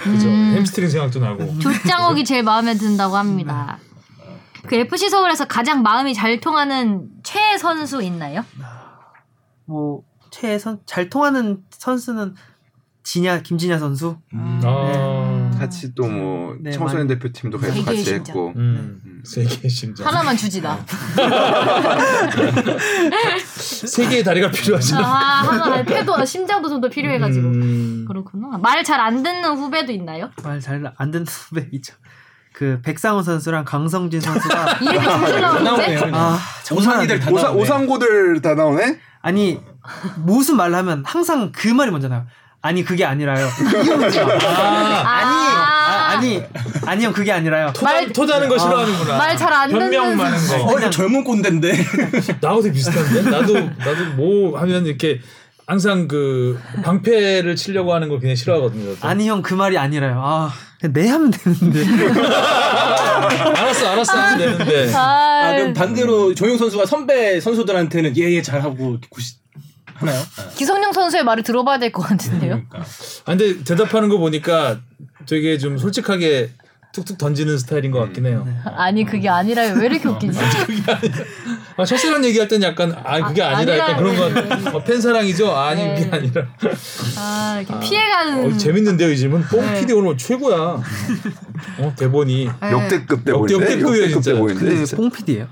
B: 그죠. 햄스트링 생각도 나고.
A: 조짱옥이 음, 제일 마음에 든다고 합니다.
B: 음, 네.
A: 그 FC 서울에서 가장 마음이 잘 통하는 최 선수 있나요?
E: 뭐 최선 잘 통하는 선수는 진야 김진야 선수
A: 음. 네.
B: 아.
D: 같이 또 뭐
E: 네,
D: 청소년
E: 많이-
D: 대표팀도
A: 되게
D: 계속 같이
A: 진짜.
D: 했고
B: 음. 세계의 심장.
A: 하나만 주지 나.
B: 세계의 다리가
A: 아,
B: 필요하잖아.
A: 하나 아니, 폐도 심장도 좀 더 필요해가지고.
B: 음.
A: 그렇구나. 말 잘 안 듣는 후배도 있나요?
E: 말 잘 안 듣는 후배 있죠. 그 백상호 선수랑 강성진 선수가
A: 이름이 잘 나오는데?
C: 나오네요.
E: 아 정말
C: 오상이들 다
D: 오사,
C: 나오네.
D: 오상고들 다 나오네?
E: 아니 무슨 말을 하면 항상 그 말이 먼저 나요. 아니 그게 아니라요. 이혼이죠.
B: 아,
E: 아, 아니 아니 형 그게 아니라요.
B: 토다, 토다는 거 싫어하는구나.
A: 말 잘 안 듣는
B: 변명 많은 거.
C: 어, 그냥 젊은 꼰대인데.
B: 나하고 되게 비슷한데? 나도, 나도 뭐 하면 이렇게 항상 그 방패를 치려고 하는 걸 굉장히 싫어하거든요. 저도.
E: 아니 형 그 말이 아니라요. 아 그냥 내 하면
A: 네,
E: 되는데.
B: 알았어, 알았어 하면 되는데.
C: 아, 그럼
A: 아,
C: 반대로 조용 선수가 선배 선수들한테는 예예 잘하고 구시 하나요?
A: 기성용 선수의 말을 들어봐야 될 것 같은데요?
C: 그러니까.
B: 아, 근데 대답하는 거 보니까 되게 좀 솔직하게 툭툭 던지는 스타일인 것 같긴
E: 네.
B: 해요.
A: 아니 그게 아니라요. 왜 이렇게 웃기지?
B: 아, 첫사랑 얘기할 땐 약간, 아, 그게
A: 아,
B: 아니라 약간
A: 아니라.
B: 그런 것 같아요. 어, 팬사랑이죠? 아니,
A: 네.
B: 그게 아니라.
A: 아 이렇게
B: 어,
A: 피해가는.
B: 재밌는데요, 이 질문. 뽕 PD 오늘 최고야. 어, 대본이.
A: 네.
D: 역대급 때
B: 역대-
D: 보인데
B: 역대급이에요, 진짜.
D: 보인데 진짜.
E: 뽕피디예요.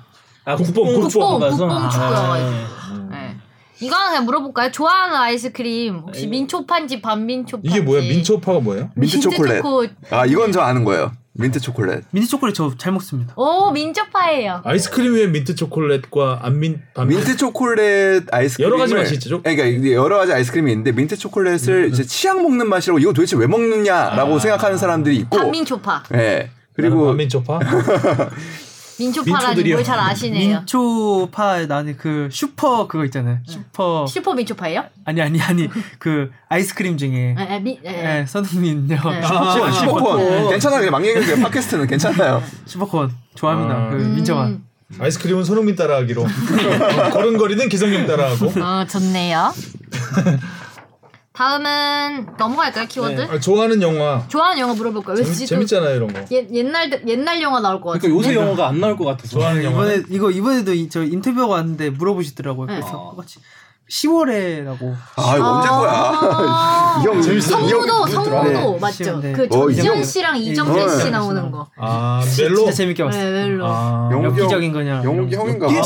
C: 아
B: 국뽕,
A: 국뽕,
C: 봐서.
A: 국뽕 축구야.
C: 아,
A: 네. 이거 하나 그냥 물어볼까요? 좋아하는 아이스크림 혹시 민초파인지 반민초파인지
B: 이게 뭐야? 민초파가 뭐예요?
D: 민트 초콜릿.
A: 초코.
D: 아 이건 저 아는 거예요. 민트 초콜릿.
E: 민트 초콜릿 저 잘 먹습니다.
A: 오 민초파예요.
B: 아이스크림 위에 민트 초콜릿과 안민 반민
D: 민트 초콜릿
B: 아,
D: 아이스크림
B: 여러 가지 맛이 있죠, 음. 좀?
D: 그러니까 이게 여러 가지 아이스크림이 있는데 민트 초콜릿을 이제 치약 먹는 맛이라고 이거 도대체 왜 먹느냐라고
B: 아.
D: 생각하는 사람들이 있고,
A: 반민초파.
D: 예 그리고
B: 반민 초파
A: 민초파라는
B: 민초들이요.
A: 걸 잘 아시네요.
E: 민초파 나는 그 슈퍼 그거 있잖아요.
A: 네.
E: 슈퍼
A: 슈퍼 민초파예요?
E: 아니 아니 아니 그 아이스크림 중에
A: 에, 에, 미- 에, 에.
E: 예, 선생님요
A: 네.
D: 슈퍼콘,
B: 어.
D: 슈퍼콘. 아, 괜찮아요. 그냥 막 얘기해주세요. 팟캐스트는 괜찮아요.
E: 슈퍼콘 좋아합니다.
B: 아.
E: 그
A: 음.
E: 민초만.
B: 아이스크림은 손흥민 따라하기로 걸음걸이는 기성용 따라하고
A: 어 좋네요. 다음은 넘어갈까요 키워드?
B: 아, 좋아하는 영화
A: 좋아하는 영화 물어볼까요? 왜
B: 재밌,
A: 지금
B: 재밌잖아요 이런 거
A: 옛, 옛날 옛날 영화 나올 것 같아요.
C: 그러니까 요새 영화가 안 나올 것 같아서.
B: 좋아하는 영화
E: 이번에 이거 이번에도 이- 저 인터뷰하고 왔는데 물어보시더라고요.
A: 네.
E: 그래서 같이 10월에라고.
D: 아 이거 언제 거야? 이 형, 재밌어. 이
A: 아. 성우도
D: 형,
A: 성우도
E: 네,
A: 맞죠?
E: 네.
A: 그
D: 어,
A: 전지현
D: 이정-
A: 씨랑 이정재
D: 네.
A: 씨 나오는 거.
B: 아 멜로
E: 진짜 재밌게 봤어요.
A: 네, 멜로.
B: 아,
D: 영웅
E: 엽기적인 거냐?
D: 영웅 형인가?
C: 아니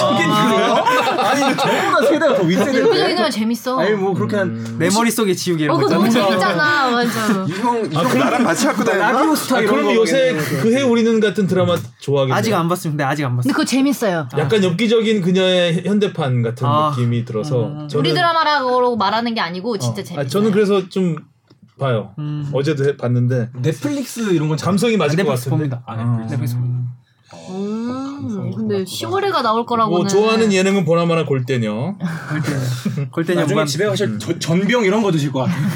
C: 저보다 세대가 더 윗세대인데.
A: 일부적이면 재밌어.
C: 아니 뭐 그렇게 한.
E: 음. 내 머릿속에 지우개
A: 어,
E: 이런 거
A: 그거 너무
E: 있잖아요.
A: 재밌잖아, 맞아.
D: 이형 이 형 나랑 같이 학교 다녔나?
C: 라디오 스타
B: 아,
C: 이런
B: 그럼
C: 거
B: 요새
C: 보면은.
B: 그 해 우리는 같은 드라마 좋아하겠네요
E: 아직 안 봤습니다. 아직 안
A: 근데
E: 봤어요.
A: 그거 재밌어요.
B: 약간 엽기적인 그녀의 현대판 같은
E: 아.
B: 느낌이 들어서 저는,
A: 음, 우리 드라마라고 말하는 게 아니고 진짜
B: 어,
A: 재밌어요.
B: 아, 저는 그래서 좀 봐요
E: 음.
B: 어제도 해- 봤는데
C: 넷플릭스 이런 건 참.
B: 감성이 맞을 것
E: 넷플릭스
B: 같은데
E: 봅니다. 어,
C: 아, 넷플릭스.
E: 넷플릭스 봅니다.
A: 음, 근데 10월에가 나올 거라고는.
B: 뭐 좋아하는 예능은 보나마나 골대녀
E: 골대
C: 나중에
E: 연관.
C: 집에 가실 저- 전병 이런 거 드실 것 같아요.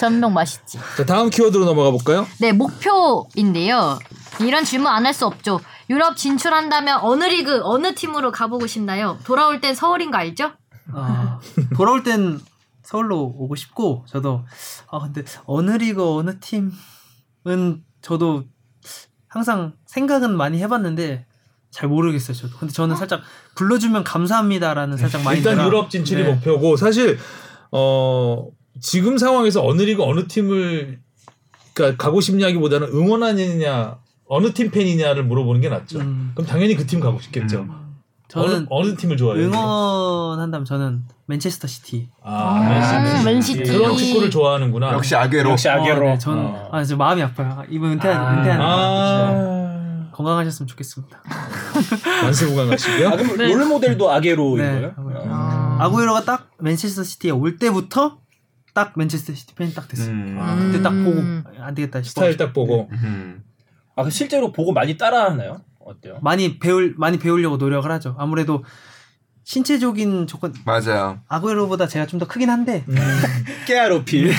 A: 전병 맛있지.
B: 자 다음 키워드로 넘어가 볼까요?
A: 네, 목표인데요. 이런 질문 안 할 수 없죠. 유럽 진출한다면 어느 리그, 어느 팀으로 가보고 싶나요? 돌아올 땐 서울인 거 알죠?
E: 아, 돌아올 땐 서울로 오고 싶고 저도 아 근데 어느 리그 어느 팀은 저도 항상 생각은 많이 해봤는데 잘 모르겠어요 저도 근데 저는 살짝 불러주면 감사합니다라는 네. 살짝 많이
B: 일단 유럽
D: 네.
B: 진출이 뭐 목표고 사실 어 지금 상황에서 어느 리그 어느 팀을 그러니까 가고 싶냐기보다는 응원하느냐 어느 팀 팬이냐를 물어보는 게 낫죠.
E: 음.
B: 그럼 당연히 그 팀 가고 싶겠죠.
D: 음.
E: 저는
B: 어느, 어느 팀을 좋아해요?
E: 응원한다면 저는 맨체스터 시티.
B: 아,
A: 음,
B: 네,
C: 아,
F: 맨시티.
B: 그런 축구를 좋아하는구나.
D: 네. 역시 아괴로.
C: 역시
E: 어,
C: 아게로.
E: 네, 저는
C: 어.
E: 아, 저 마음이 아파요. 이분 은퇴
C: 아.
E: 은퇴하는 거.
B: 아,
E: 건강하셨으면 좋겠습니다.
B: 만세
C: 아,
B: 구강하시고요.
C: 그럼 롤 모델도 아게로인
E: 네.
C: 거예요? 어.
A: 아.
E: 아구에로가 딱 맨체스터 시티에 올 때부터 딱 맨체스터 시티 팬이 딱 됐어요.
D: 음.
B: 아,
E: 그때 딱
A: 음.
E: 보고 안 되겠다 싶어.
B: 스타일 딱 보고
D: 음.
C: 아, 그럼 실제로 보고 많이 따라하나요? 어때요?
E: 많이 배울 많이 배우려고 노력을 하죠. 아무래도 신체적인 조건
D: 맞아요.
E: 아구에로보다 제가 좀 더 크긴 한데
C: 깨아로필.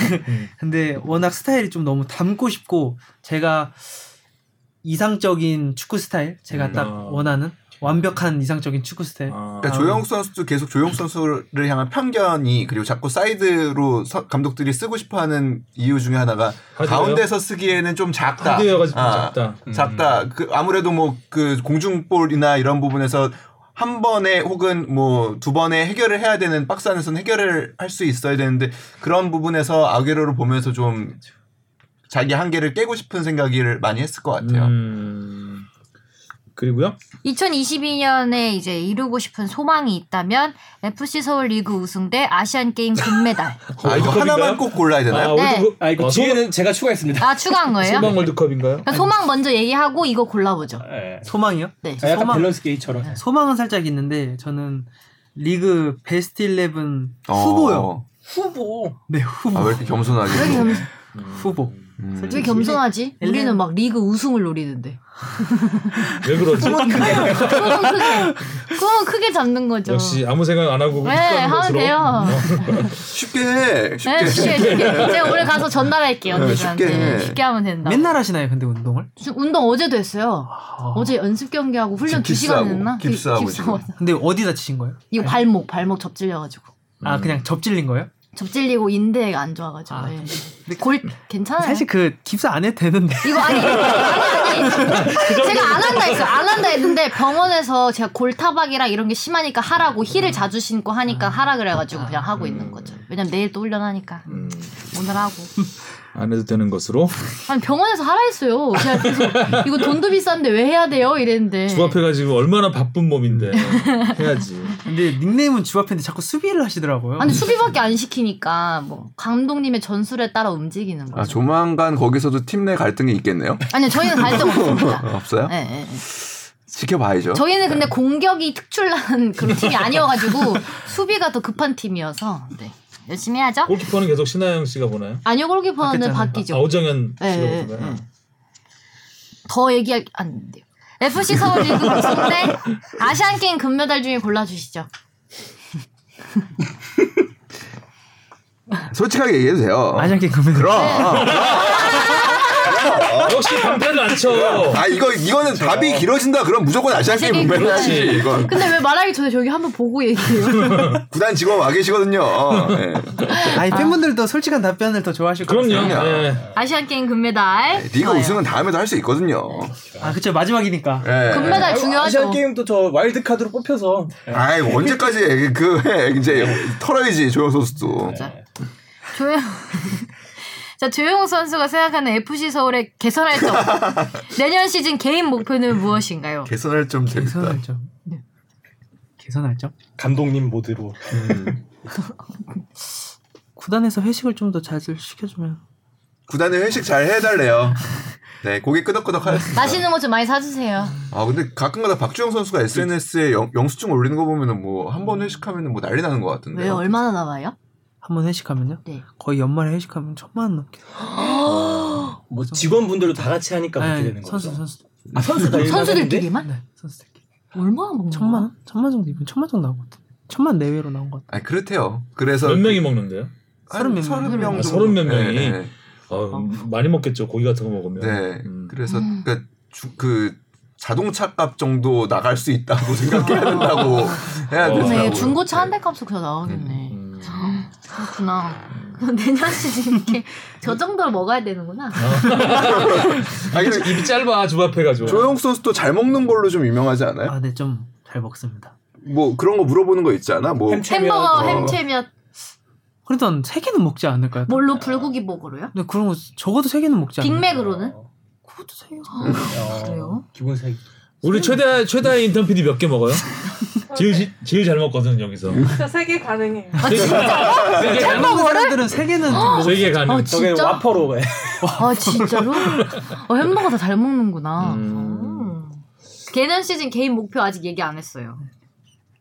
E: 근데 워낙 스타일이 좀 너무 닮고 싶고 제가 이상적인 축구 스타일 제가
D: 음.
E: 딱
B: 아.
E: 원하는 완벽한 이상적인 축구 스타일
B: 아,
D: 그러니까 조영욱 선수도 계속 조영욱 선수를 향한 편견이 그리고 자꾸 사이드로 서- 감독들이 쓰고 싶어하는 이유 중에 하나가
B: 하드웨어?
D: 가운데서 쓰기에는 좀 작다.
B: 하드웨어가
D: 아,
B: 작다. 음.
D: 작다. 그 아무래도 뭐 그 공중볼이나 이런 부분에서 한 번에 혹은 뭐 두 번에 해결을 해야 되는 박스 안에서는 해결을 할 수 있어야 되는데 그런 부분에서 아게로를 보면서 좀 자기 한계를 깨고 싶은 생각을 많이 했을 것 같아요.
B: 음, 그리고요.
A: 2022년에 이제 이루고 싶은 소망이 있다면 FC 서울 리그 우승 대 아시안 게임 금메달.
D: 아, 이거
B: 월드컵인가요?
D: 하나만 꼭 골라야 되나요? 어,
B: 아, 월드컵.
C: 아, 이거
B: 아, 소망-
C: 뒤에는 제가 추가했습니다.
A: 아 추가한 거예요?
B: 소망 월드컵인가요?
A: 그럼 소망 먼저 얘기하고 이거 골라보죠.
C: 예.
E: 소망이요?
A: 네.
C: 아, 약간
E: 소망- 네.
C: 밸런스 게임처럼.
E: 소망은 살짝 있는데 저는 리그 베스트 11
B: 아,
E: 후보요.
D: 어.
C: 후보.
E: 네
D: 아, 왜
E: 후보
D: 이렇게 겸손하게?
E: 후보.
D: 음.
A: 왜
B: 네.
E: 솔직히
A: 겸손하지?
E: 일레-
A: 우리는 막 리그 우승을 노리는데.
B: 왜 그러지?
E: 어.
A: 그건 크게, 그건 크게 잡는 거죠.
B: 역시 아무 생각 안 하고
A: 네,
B: 축구하는
A: 하면
B: 것으로.
A: 돼요.
D: 쉽게 해. 쉽게.
A: 네, 쉽게, 쉽게. 제가 오늘 가서 전달할게요.
D: 네,
A: 언니들한테.
D: 쉽게.
A: 쉽게. 하면 된다.
E: 맨날 하시나요? 근데 운동을?
A: 지금 운동 어제도 했어요. 어제 연습 경기하고 훈련
D: 지금
A: 2시간
D: 깁스하고,
A: 했나?
D: 깁스하고 지금.
E: 근데 어디다 치신 거예요?
A: 이거 발목, 발목 접질려가지고.
E: 아 그냥 접질린 거예요?
A: 접질리고 인대가 안 좋아가지고.
E: 아.
A: 예. 골, 괜찮아요. 네.
E: 사실 그 깁스 안 해도 되는데.
A: 이거 아니, 아니, 아니. 제가 안 한다 했어요. 안 한다 했는데 병원에서 제가 골타박이랑 이런 게 심하니까 하라고 힐을 자주 신고 하니까 하라 그래가지고 그냥 하고 있는 거죠. 왜냐면 내일 또 훈련하니까.
D: 음.
A: 오늘 하고.
B: 안 해도 되는 것으로
A: 아니 병원에서 하라 했어요. 그냥 계속 이거 돈도 비싼데 왜 해야 돼요? 이랬는데.
B: 조합해가지고 얼마나 바쁜 몸인데 해야지.
E: 근데 닉네임은 주합인데 자꾸 수비를 하시더라고요.
A: 아니 수비밖에 안 시키니까 뭐 감독님의 전술에 따라 움직이는
D: 아,
A: 거죠.
D: 조만간 거기서도 팀 내 갈등이 있겠네요.
A: 아니요 저희는 갈등 없습니다.
D: 없어요?
A: 예, 예, 예.
D: 지켜봐야죠.
A: 저희는 근데 공격이 특출난 그런 팀이 아니어가지고 수비가 더 급한 팀이어서 네. 열심히 해야죠.
B: 골키퍼는 계속 신하영 씨가 보나요?
A: 아니요 골키퍼는
E: 바뀌었잖아요.
B: 아,
A: 바뀌죠.
B: 오정현
A: 예, 예,
B: 씨가 보나요?
A: 예. 더 얘기할 안 돼요. FC 서울 리그 우승 대 아시안 게임 금메달 중에 골라주시죠.
D: 솔직하게 얘기해도 돼요.
E: 아시안 게임 금메달.
D: 그럼.
A: 네.
B: 아, 역시 반패를 안 쳐.
D: 아 이거 이거는 답이 길어진다. 그럼 무조건 아시안 게임
A: 아시안 게임
D: 분배해야지. 이건
A: 근데 왜 말하기 전에 저기 한번 보고 얘기해요?
D: 구단 직원 와 계시거든요. 어, 예.
E: 아니 팬분들도 솔직한 답변을 더 좋아하실 것 같아요.
B: 그럼요. 예.
A: 아시안 게임 금메달.
D: 리그
A: 좋아요.
D: 우승은 다음에도 할 수 있거든요.
E: 아 그쵸 마지막이니까.
D: 예.
A: 금메달 중요하죠.
C: 네. 아시안 게임도 저 와일드 카드로 뽑혀서.
D: 아이 언제까지 해. 그 해. 이제 털어야지 조영 선수도.
A: 조용. 자 조용호 선수가 생각하는 FC 서울의 개선할 점. 내년 시즌 개인 목표는 무엇인가요?
D: 개선할 점 재밌다.
E: 개선할 점.
A: 네.
E: 개선할 점.
C: 감독님 모드로.
E: 구단에서 회식을 좀 더 자주 시켜주면.
D: 구단에 회식 잘 해달래요. 네 고개 끄덕끄덕 하였습니다.
A: 맛있는 거 좀 많이 사주세요.
D: 아 근데 가끔가다 박주영 선수가
B: 네.
D: SNS에 영, 영수증 올리는 거 보면은 뭐 한 번 회식하면은 뭐 난리 나는 것 같은데.
A: 네. 왜 얼마나 나와요?
E: 한 번 회식하면요?
A: 네.
E: 거의 연말에 회식하면 천만 원 넘게.
C: 뭐 직원분들도 다 같이 하니까 그렇게 되는 거죠.
E: 네, 선수 선수.
C: 아, 선수 다
A: 선수들끼리만
E: 네
A: 음.
E: 선수들끼리.
A: 얼마나 먹는
E: 천만
A: 거야?
E: 원? 천만 정도 이분 천만 정도 나온 것 같아. 천만 내외로 나온 것 같아.
D: 아 그렇대요. 그래서
B: 몇 명이 먹는데요?
D: 한
E: 서른 몇
D: 서른
E: 명.
D: 명
B: 아,
D: 정도.
B: 서른 몇 명이.
D: 네, 네.
B: 어, 많이 먹겠죠. 고기 같은 거 먹으면.
D: 네.
B: 음.
D: 그래서
A: 음.
D: 그러니까 주- 그 자동차 값 정도 나갈 수 있다고 생각해야 된다고 해야
B: 어.
A: 그러네
D: 되더라고요.
A: 중고차 한 대 값으로 그냥 나오겠네.
B: 음.
A: 그렇구나. 그럼 내년 시즌 이렇게 저 정도로 먹어야 되는구나.
D: 아, 근데
B: 입이 짧아 주밥해가지고.
D: 조영 선수도 잘 먹는 걸로 좀 유명하지 않아요?
E: 아, 네, 좀 잘 먹습니다.
D: 뭐 그런 거 물어보는 거 있지 않아? 뭐
A: 햄버거 햄채면
E: 그래도 한 그러니까 세 개는 먹지 않을까요?
A: 뭘로 불고기 먹으로요?
E: 근데 그런 거 적어도 세 개는 먹지 않을까?
A: 뭐? 빅맥으로는? 아.
C: 어,
E: 그것도 세 개.
C: 어,
A: 그래요?
C: 기본 세.
B: 우리 최대 최다의 인턴 PD 몇 개 먹어요? 제일 시- 제일 잘 먹거든 여기서.
F: 진짜 세개 가능해요.
A: 아, 진짜?
E: 잘 먹는 사람들은 세 개는 좀 먹.
B: 세개 가능.
A: 아,
C: 저게
A: 진짜?
C: 와퍼로 해.
A: 아, 진짜로? 어, 햄버거 다 잘 먹는구나.
B: 음.
A: 음. 개년 시즌 개인 목표 아직 얘기 안 했어요.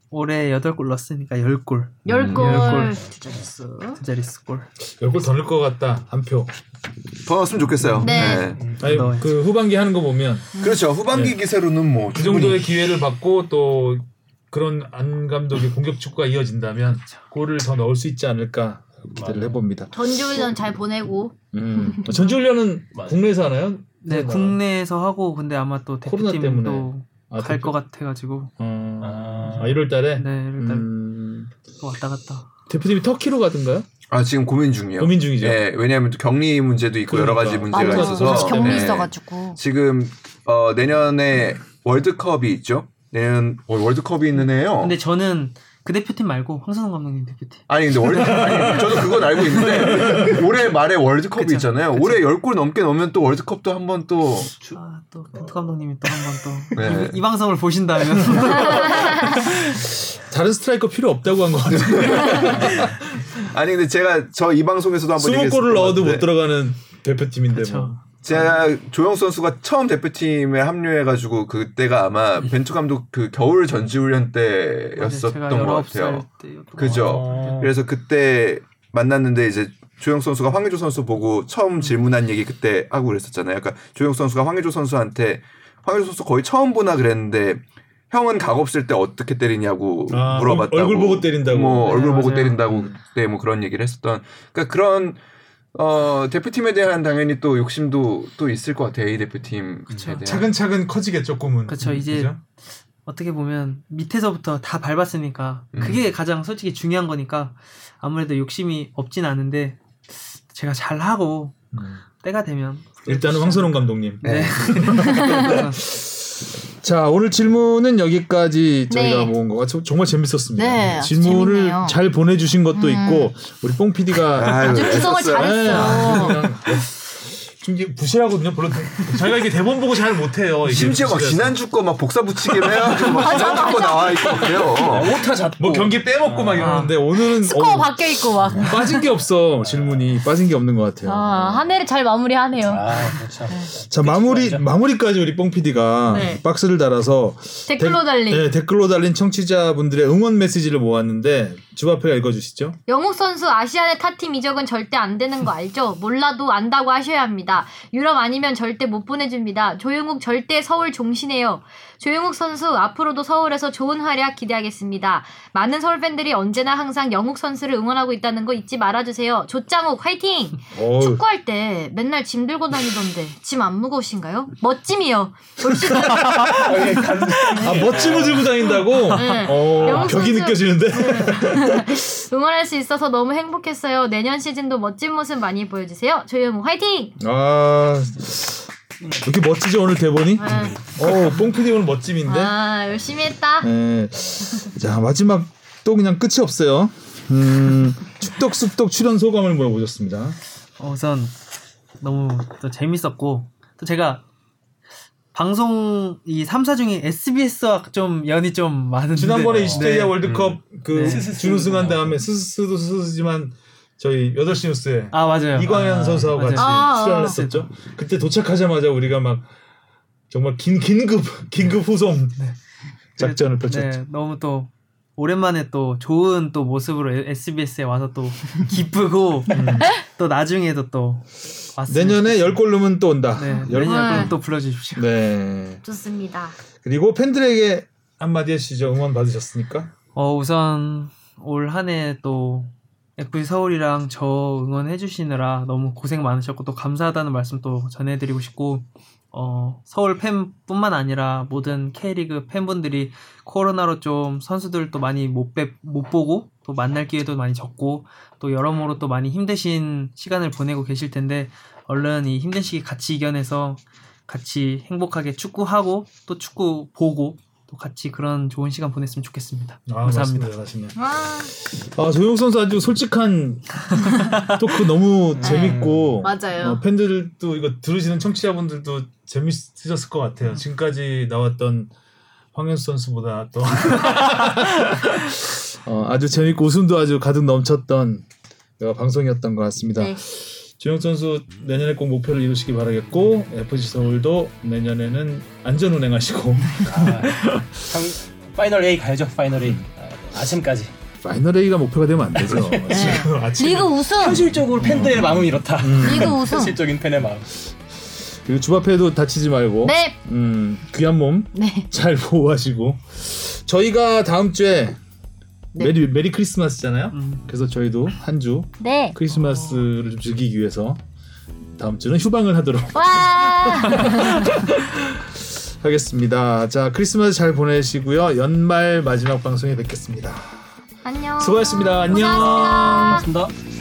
E: 올해 여덟 골 넣었으니까 열 골.
A: 열 골.
E: 열 골.
A: 두 자릿수.
E: 두 자릿수 골.
B: 열골 더 넣을 것 같다. 한 표.
D: 더 넣었으면 좋겠어요.
A: 네.
B: 아니
E: 넣어야지. 음.
B: 그 후반기 하는 거 보면
D: 그렇죠. 후반기 기세로는 뭐
B: 그 정도의 기회를 받고 또 그런 안 감독의 공격 축구가 이어진다면 골을 더 넣을 수 있지 않을까 기대를
C: 맞아요.
B: 해봅니다.
A: 전지훈련 잘 보내고.
B: 음. 전지훈련은
C: 맞아요.
B: 국내에서 하나요?
E: 네,
B: 코로나.
E: 국내에서 하고 근데 아마 또
B: 코로나 때문에.
E: 대표팀도
B: 아,
E: 갈
B: 대표-
E: 것 같아가지고
B: 어...
C: 아.
B: 아 1월 달에
E: 네 일단
B: 음...
E: 또 왔다 갔다.
B: 대표팀이 터키로 가던가요?
D: 아 지금 고민 중이에요.
B: 고민 중이죠.
D: 예, 왜냐하면 또 격리 문제도 있고 여러 가지
B: 그러니까.
D: 문제가
B: 맞아.
D: 있어서
B: 사실
A: 경리
D: 네.
A: 있어가지고.
D: 지금 어, 내년에 월드컵이 있죠. 내년 어, 월드컵이 있는 해요.
E: 근데 저는 그 대표팀 말고 황선홍 감독님 대표팀.
D: 아니 근데 월드 아니, 저도 그건 알고 있는데 올해 말에 월드컵이
E: 그쵸,
D: 있잖아요. 올해 10골 넘게 넣으면 또 월드컵도 한번 또
A: 어.
E: 아또 벤투 감독님이 또 한 번 또
D: 네.
E: 이 방송을 보신다면
B: 다른 스트라이커 필요 없다고 한 거 같은데
D: 아니 근데 제가 저 이 방송에서도 한번
B: 20골을
D: 얘기했었던
B: 넣어도
D: 것
B: 못
D: 같은데
B: 들어가는 대표팀인데
E: 그렇죠.
B: 뭐.
D: 제가 조영 선수가 처음 대표팀에 합류해가지고 그때가 아마 벤투 감독 그 겨울 전지훈련
E: 네,
D: 때였었던 것 같아요. 그죠.
B: 어. 뭐.
D: 그래서 그때 만났는데 이제 조영 선수가 황의조 선수 보고 처음 질문한 얘기 그때 하고 그랬었잖아요. 그러니까 조영 선수가 황의조 선수한테 황의조 선수 거의 처음 보나 그랬는데 형은 각 없을 때 어떻게 때리냐고
B: 아,
D: 물어봤다고
B: 얼굴 보고 때린다고. 음.
D: 뭐
E: 네,
D: 얼굴 보고
E: 맞아요.
D: 때린다고 그때 뭐 그런 얘기를 했었던 그러니까 그런 어 대표팀에 대한 당연히 또 욕심도 또 있을 것 같아요. A 대표팀에
B: 음.
E: 그쵸.
D: 대한
B: 차근차근 커지겠죠 꿈은.
E: 그쵸, 이제
B: 그죠?
E: 어떻게 보면 밑에서부터 다 밟았으니까
D: 음.
E: 그게 가장 솔직히 중요한 거니까 아무래도 욕심이 없진 않은데 제가 잘 하고
B: 음.
E: 때가 되면
B: 일단은
A: 그렇죠.
B: 황선홍 감독님.
E: 네.
B: 자 오늘 질문은 여기까지 저희가
A: 네.
B: 모은 거가 저- 정말 재밌었습니다.
A: 네, 아주
B: 질문을
A: 재밌네요.
B: 잘 보내주신
A: 음.
B: 것도 있고 우리 뽕 PD가
D: 아유,
A: 아주 구성을
D: 애썼어요.
A: 잘했어.
B: 좀 이게 부실하거든요. 물론 저희가 이게 대본 보고 잘 못해요. 이게
D: 심지어 막
B: 부실해서.
D: 지난주 거 막 복사 붙이기로 해가지고 막 지난주 거 나와 있고 그래요.
C: 오타 잡고
B: 뭐 경기 빼먹고
D: 아.
B: 막 이러는데 오늘은
A: 스코어
B: 어,
A: 바뀌어 있고 막.
B: 빠진 게 없어 질문이 빠진 게 없는 것 같아요.
A: 아, 한 해를 잘 마무리하네요.
C: 아, 그렇죠.
B: 자 마무리 마무리까지 우리 뽕 PD가
A: 네.
B: 박스를 달아서
A: 댓글로
B: 댓-
A: 달린
B: 네, 댓글로 달린 청취자분들의 응원 메시지를 모았는데 주바페가 읽어주시죠.
A: 영욱 선수 아시안의 타팀 이적은 절대 안 되는 거 알죠? 몰라도 안다고 하셔야 합니다. 유럽 아니면 절대 못 보내줍니다. 조영욱 절대 서울 종신해요. 조영욱 선수 앞으로도 서울에서 좋은 활약 기대하겠습니다. 많은 서울 팬들이 언제나 항상 영욱 선수를 응원하고 있다는 거 잊지 말아주세요. 조장욱 화이팅!
B: 어우.
A: 축구할 때 맨날 짐 들고 다니던데 짐 안 무거우신가요? 멋짐이요. 올 시즌
B: 아 멋짐을 들고 다닌다고?
A: 네.
B: 어,
A: 영웅 선수-
B: 벽이 느껴지는데.
A: 음. 응원할 수 있어서 너무 행복했어요. 내년 시즌도 멋진 모습 많이 보여주세요. 조영욱 화이팅!
B: 아 이렇게 멋지죠 오늘 대본이?
A: 네.
B: 어 뽕피디 오늘 멋짐인데.
A: 아 열심히 했다.
B: 네. 자 마지막 또 그냥 끝이 없어요. 음, 축덕숙덕 출연 소감을 물어보셨습니다.
E: 어, 우선 너무 또 재밌었고 또 제가 방송 이 3사 중에 SBS와 좀 연이 좀 많은데
B: 지난번에
E: 네.
B: 이스테리아 월드컵 그
E: 네.
B: 준우승한 다음에 스스도 스스지만 저희 8시 뉴스에
E: 아 맞아요
B: 이광현
E: 아,
B: 선수하고
E: 맞아요.
B: 같이
A: 아, 아.
B: 출연을 했었죠. 그때 도착하자마자 우리가 막 정말 긴 긴급 긴급 후송 작전을 펼쳤죠.
E: 네, 너무 또 오랜만에 또 좋은 또 모습으로 SBS에 와서 또 기쁘고 또 나중에도 또 왔으면
B: 음. 내년에 열 골 넣으면 또 온다.
E: 좋겠어요. 네,
B: 열 골.
E: 내년에
A: 네.
E: 그럼 또 불러주십시오.
B: 네.
A: 좋습니다.
B: 그리고 팬들에게 한마디 해주시죠. 응원 받으셨습니까?
E: 어 우선 올 한해또 FC 서울이랑 저 응원해 주시느라 너무 고생 많으셨고 또 감사하다는 말씀 또 전해드리고 싶고 어 서울 팬뿐만 아니라 모든 K리그 팬분들이 코로나로 좀 선수들 또 많이 못, 뵙, 못 보고 또 만날 기회도 많이 적고 또 여러모로 또 많이 힘드신 시간을 보내고 계실 텐데 얼른 이 힘든 시기 같이 이겨내서 같이 행복하게 축구하고 또 축구 보고 또 또 같이 그런 좋은 시간 보냈으면 좋겠습니다.
B: 아,
E: 감사합니다.
B: 맞습니다, 사실은.
A: 와,
B: 아 조용 선수 아주 솔직한 토크 너무 재밌고
A: 맞아요.
B: 어, 팬들도 이거 들으시는 청취자분들도 재밌으셨을 것 같아요. 지금까지 나왔던 황현수 선수보다 또 어, 아주 재밌고 웃음도 아주 가득 넘쳤던 어, 방송이었던 것 같습니다.
A: 네.
B: 조영 선수 내년에 꼭 목표를 이루시기 바라겠고 FC 서울도 내년에는 안전 운행하시고
C: 아, 참, 파이널 A 가야죠. 파이널 A 아, 아침까지.
B: 파이널 A가 목표가 되면 안 되죠. 지금 아침
A: 리그 우승.
C: 현실적으로 팬들의 마음은 이렇다.
A: 리그 우승.
C: 현실적인 팬의 마음.
B: 그리고 주바페도 다치지 말고
A: 네.
B: 음, 귀한 몸
A: 네.
B: 잘 보호하시고 저희가 다음 주에
A: 네.
B: 메리, 메리 크리스마스잖아요.
E: 음.
B: 그래서 저희도 한 주
A: 네.
B: 크리스마스를 좀 즐기기 위해서 다음 주는 휴방을 하도록
A: 와.
B: 하겠습니다. 자 크리스마스 잘 보내시고요. 연말 마지막 방송에 뵙겠습니다.
A: 안녕.
B: 수고하셨습니다. 안녕.
A: 고생하셨습니다.
C: 고맙습니다.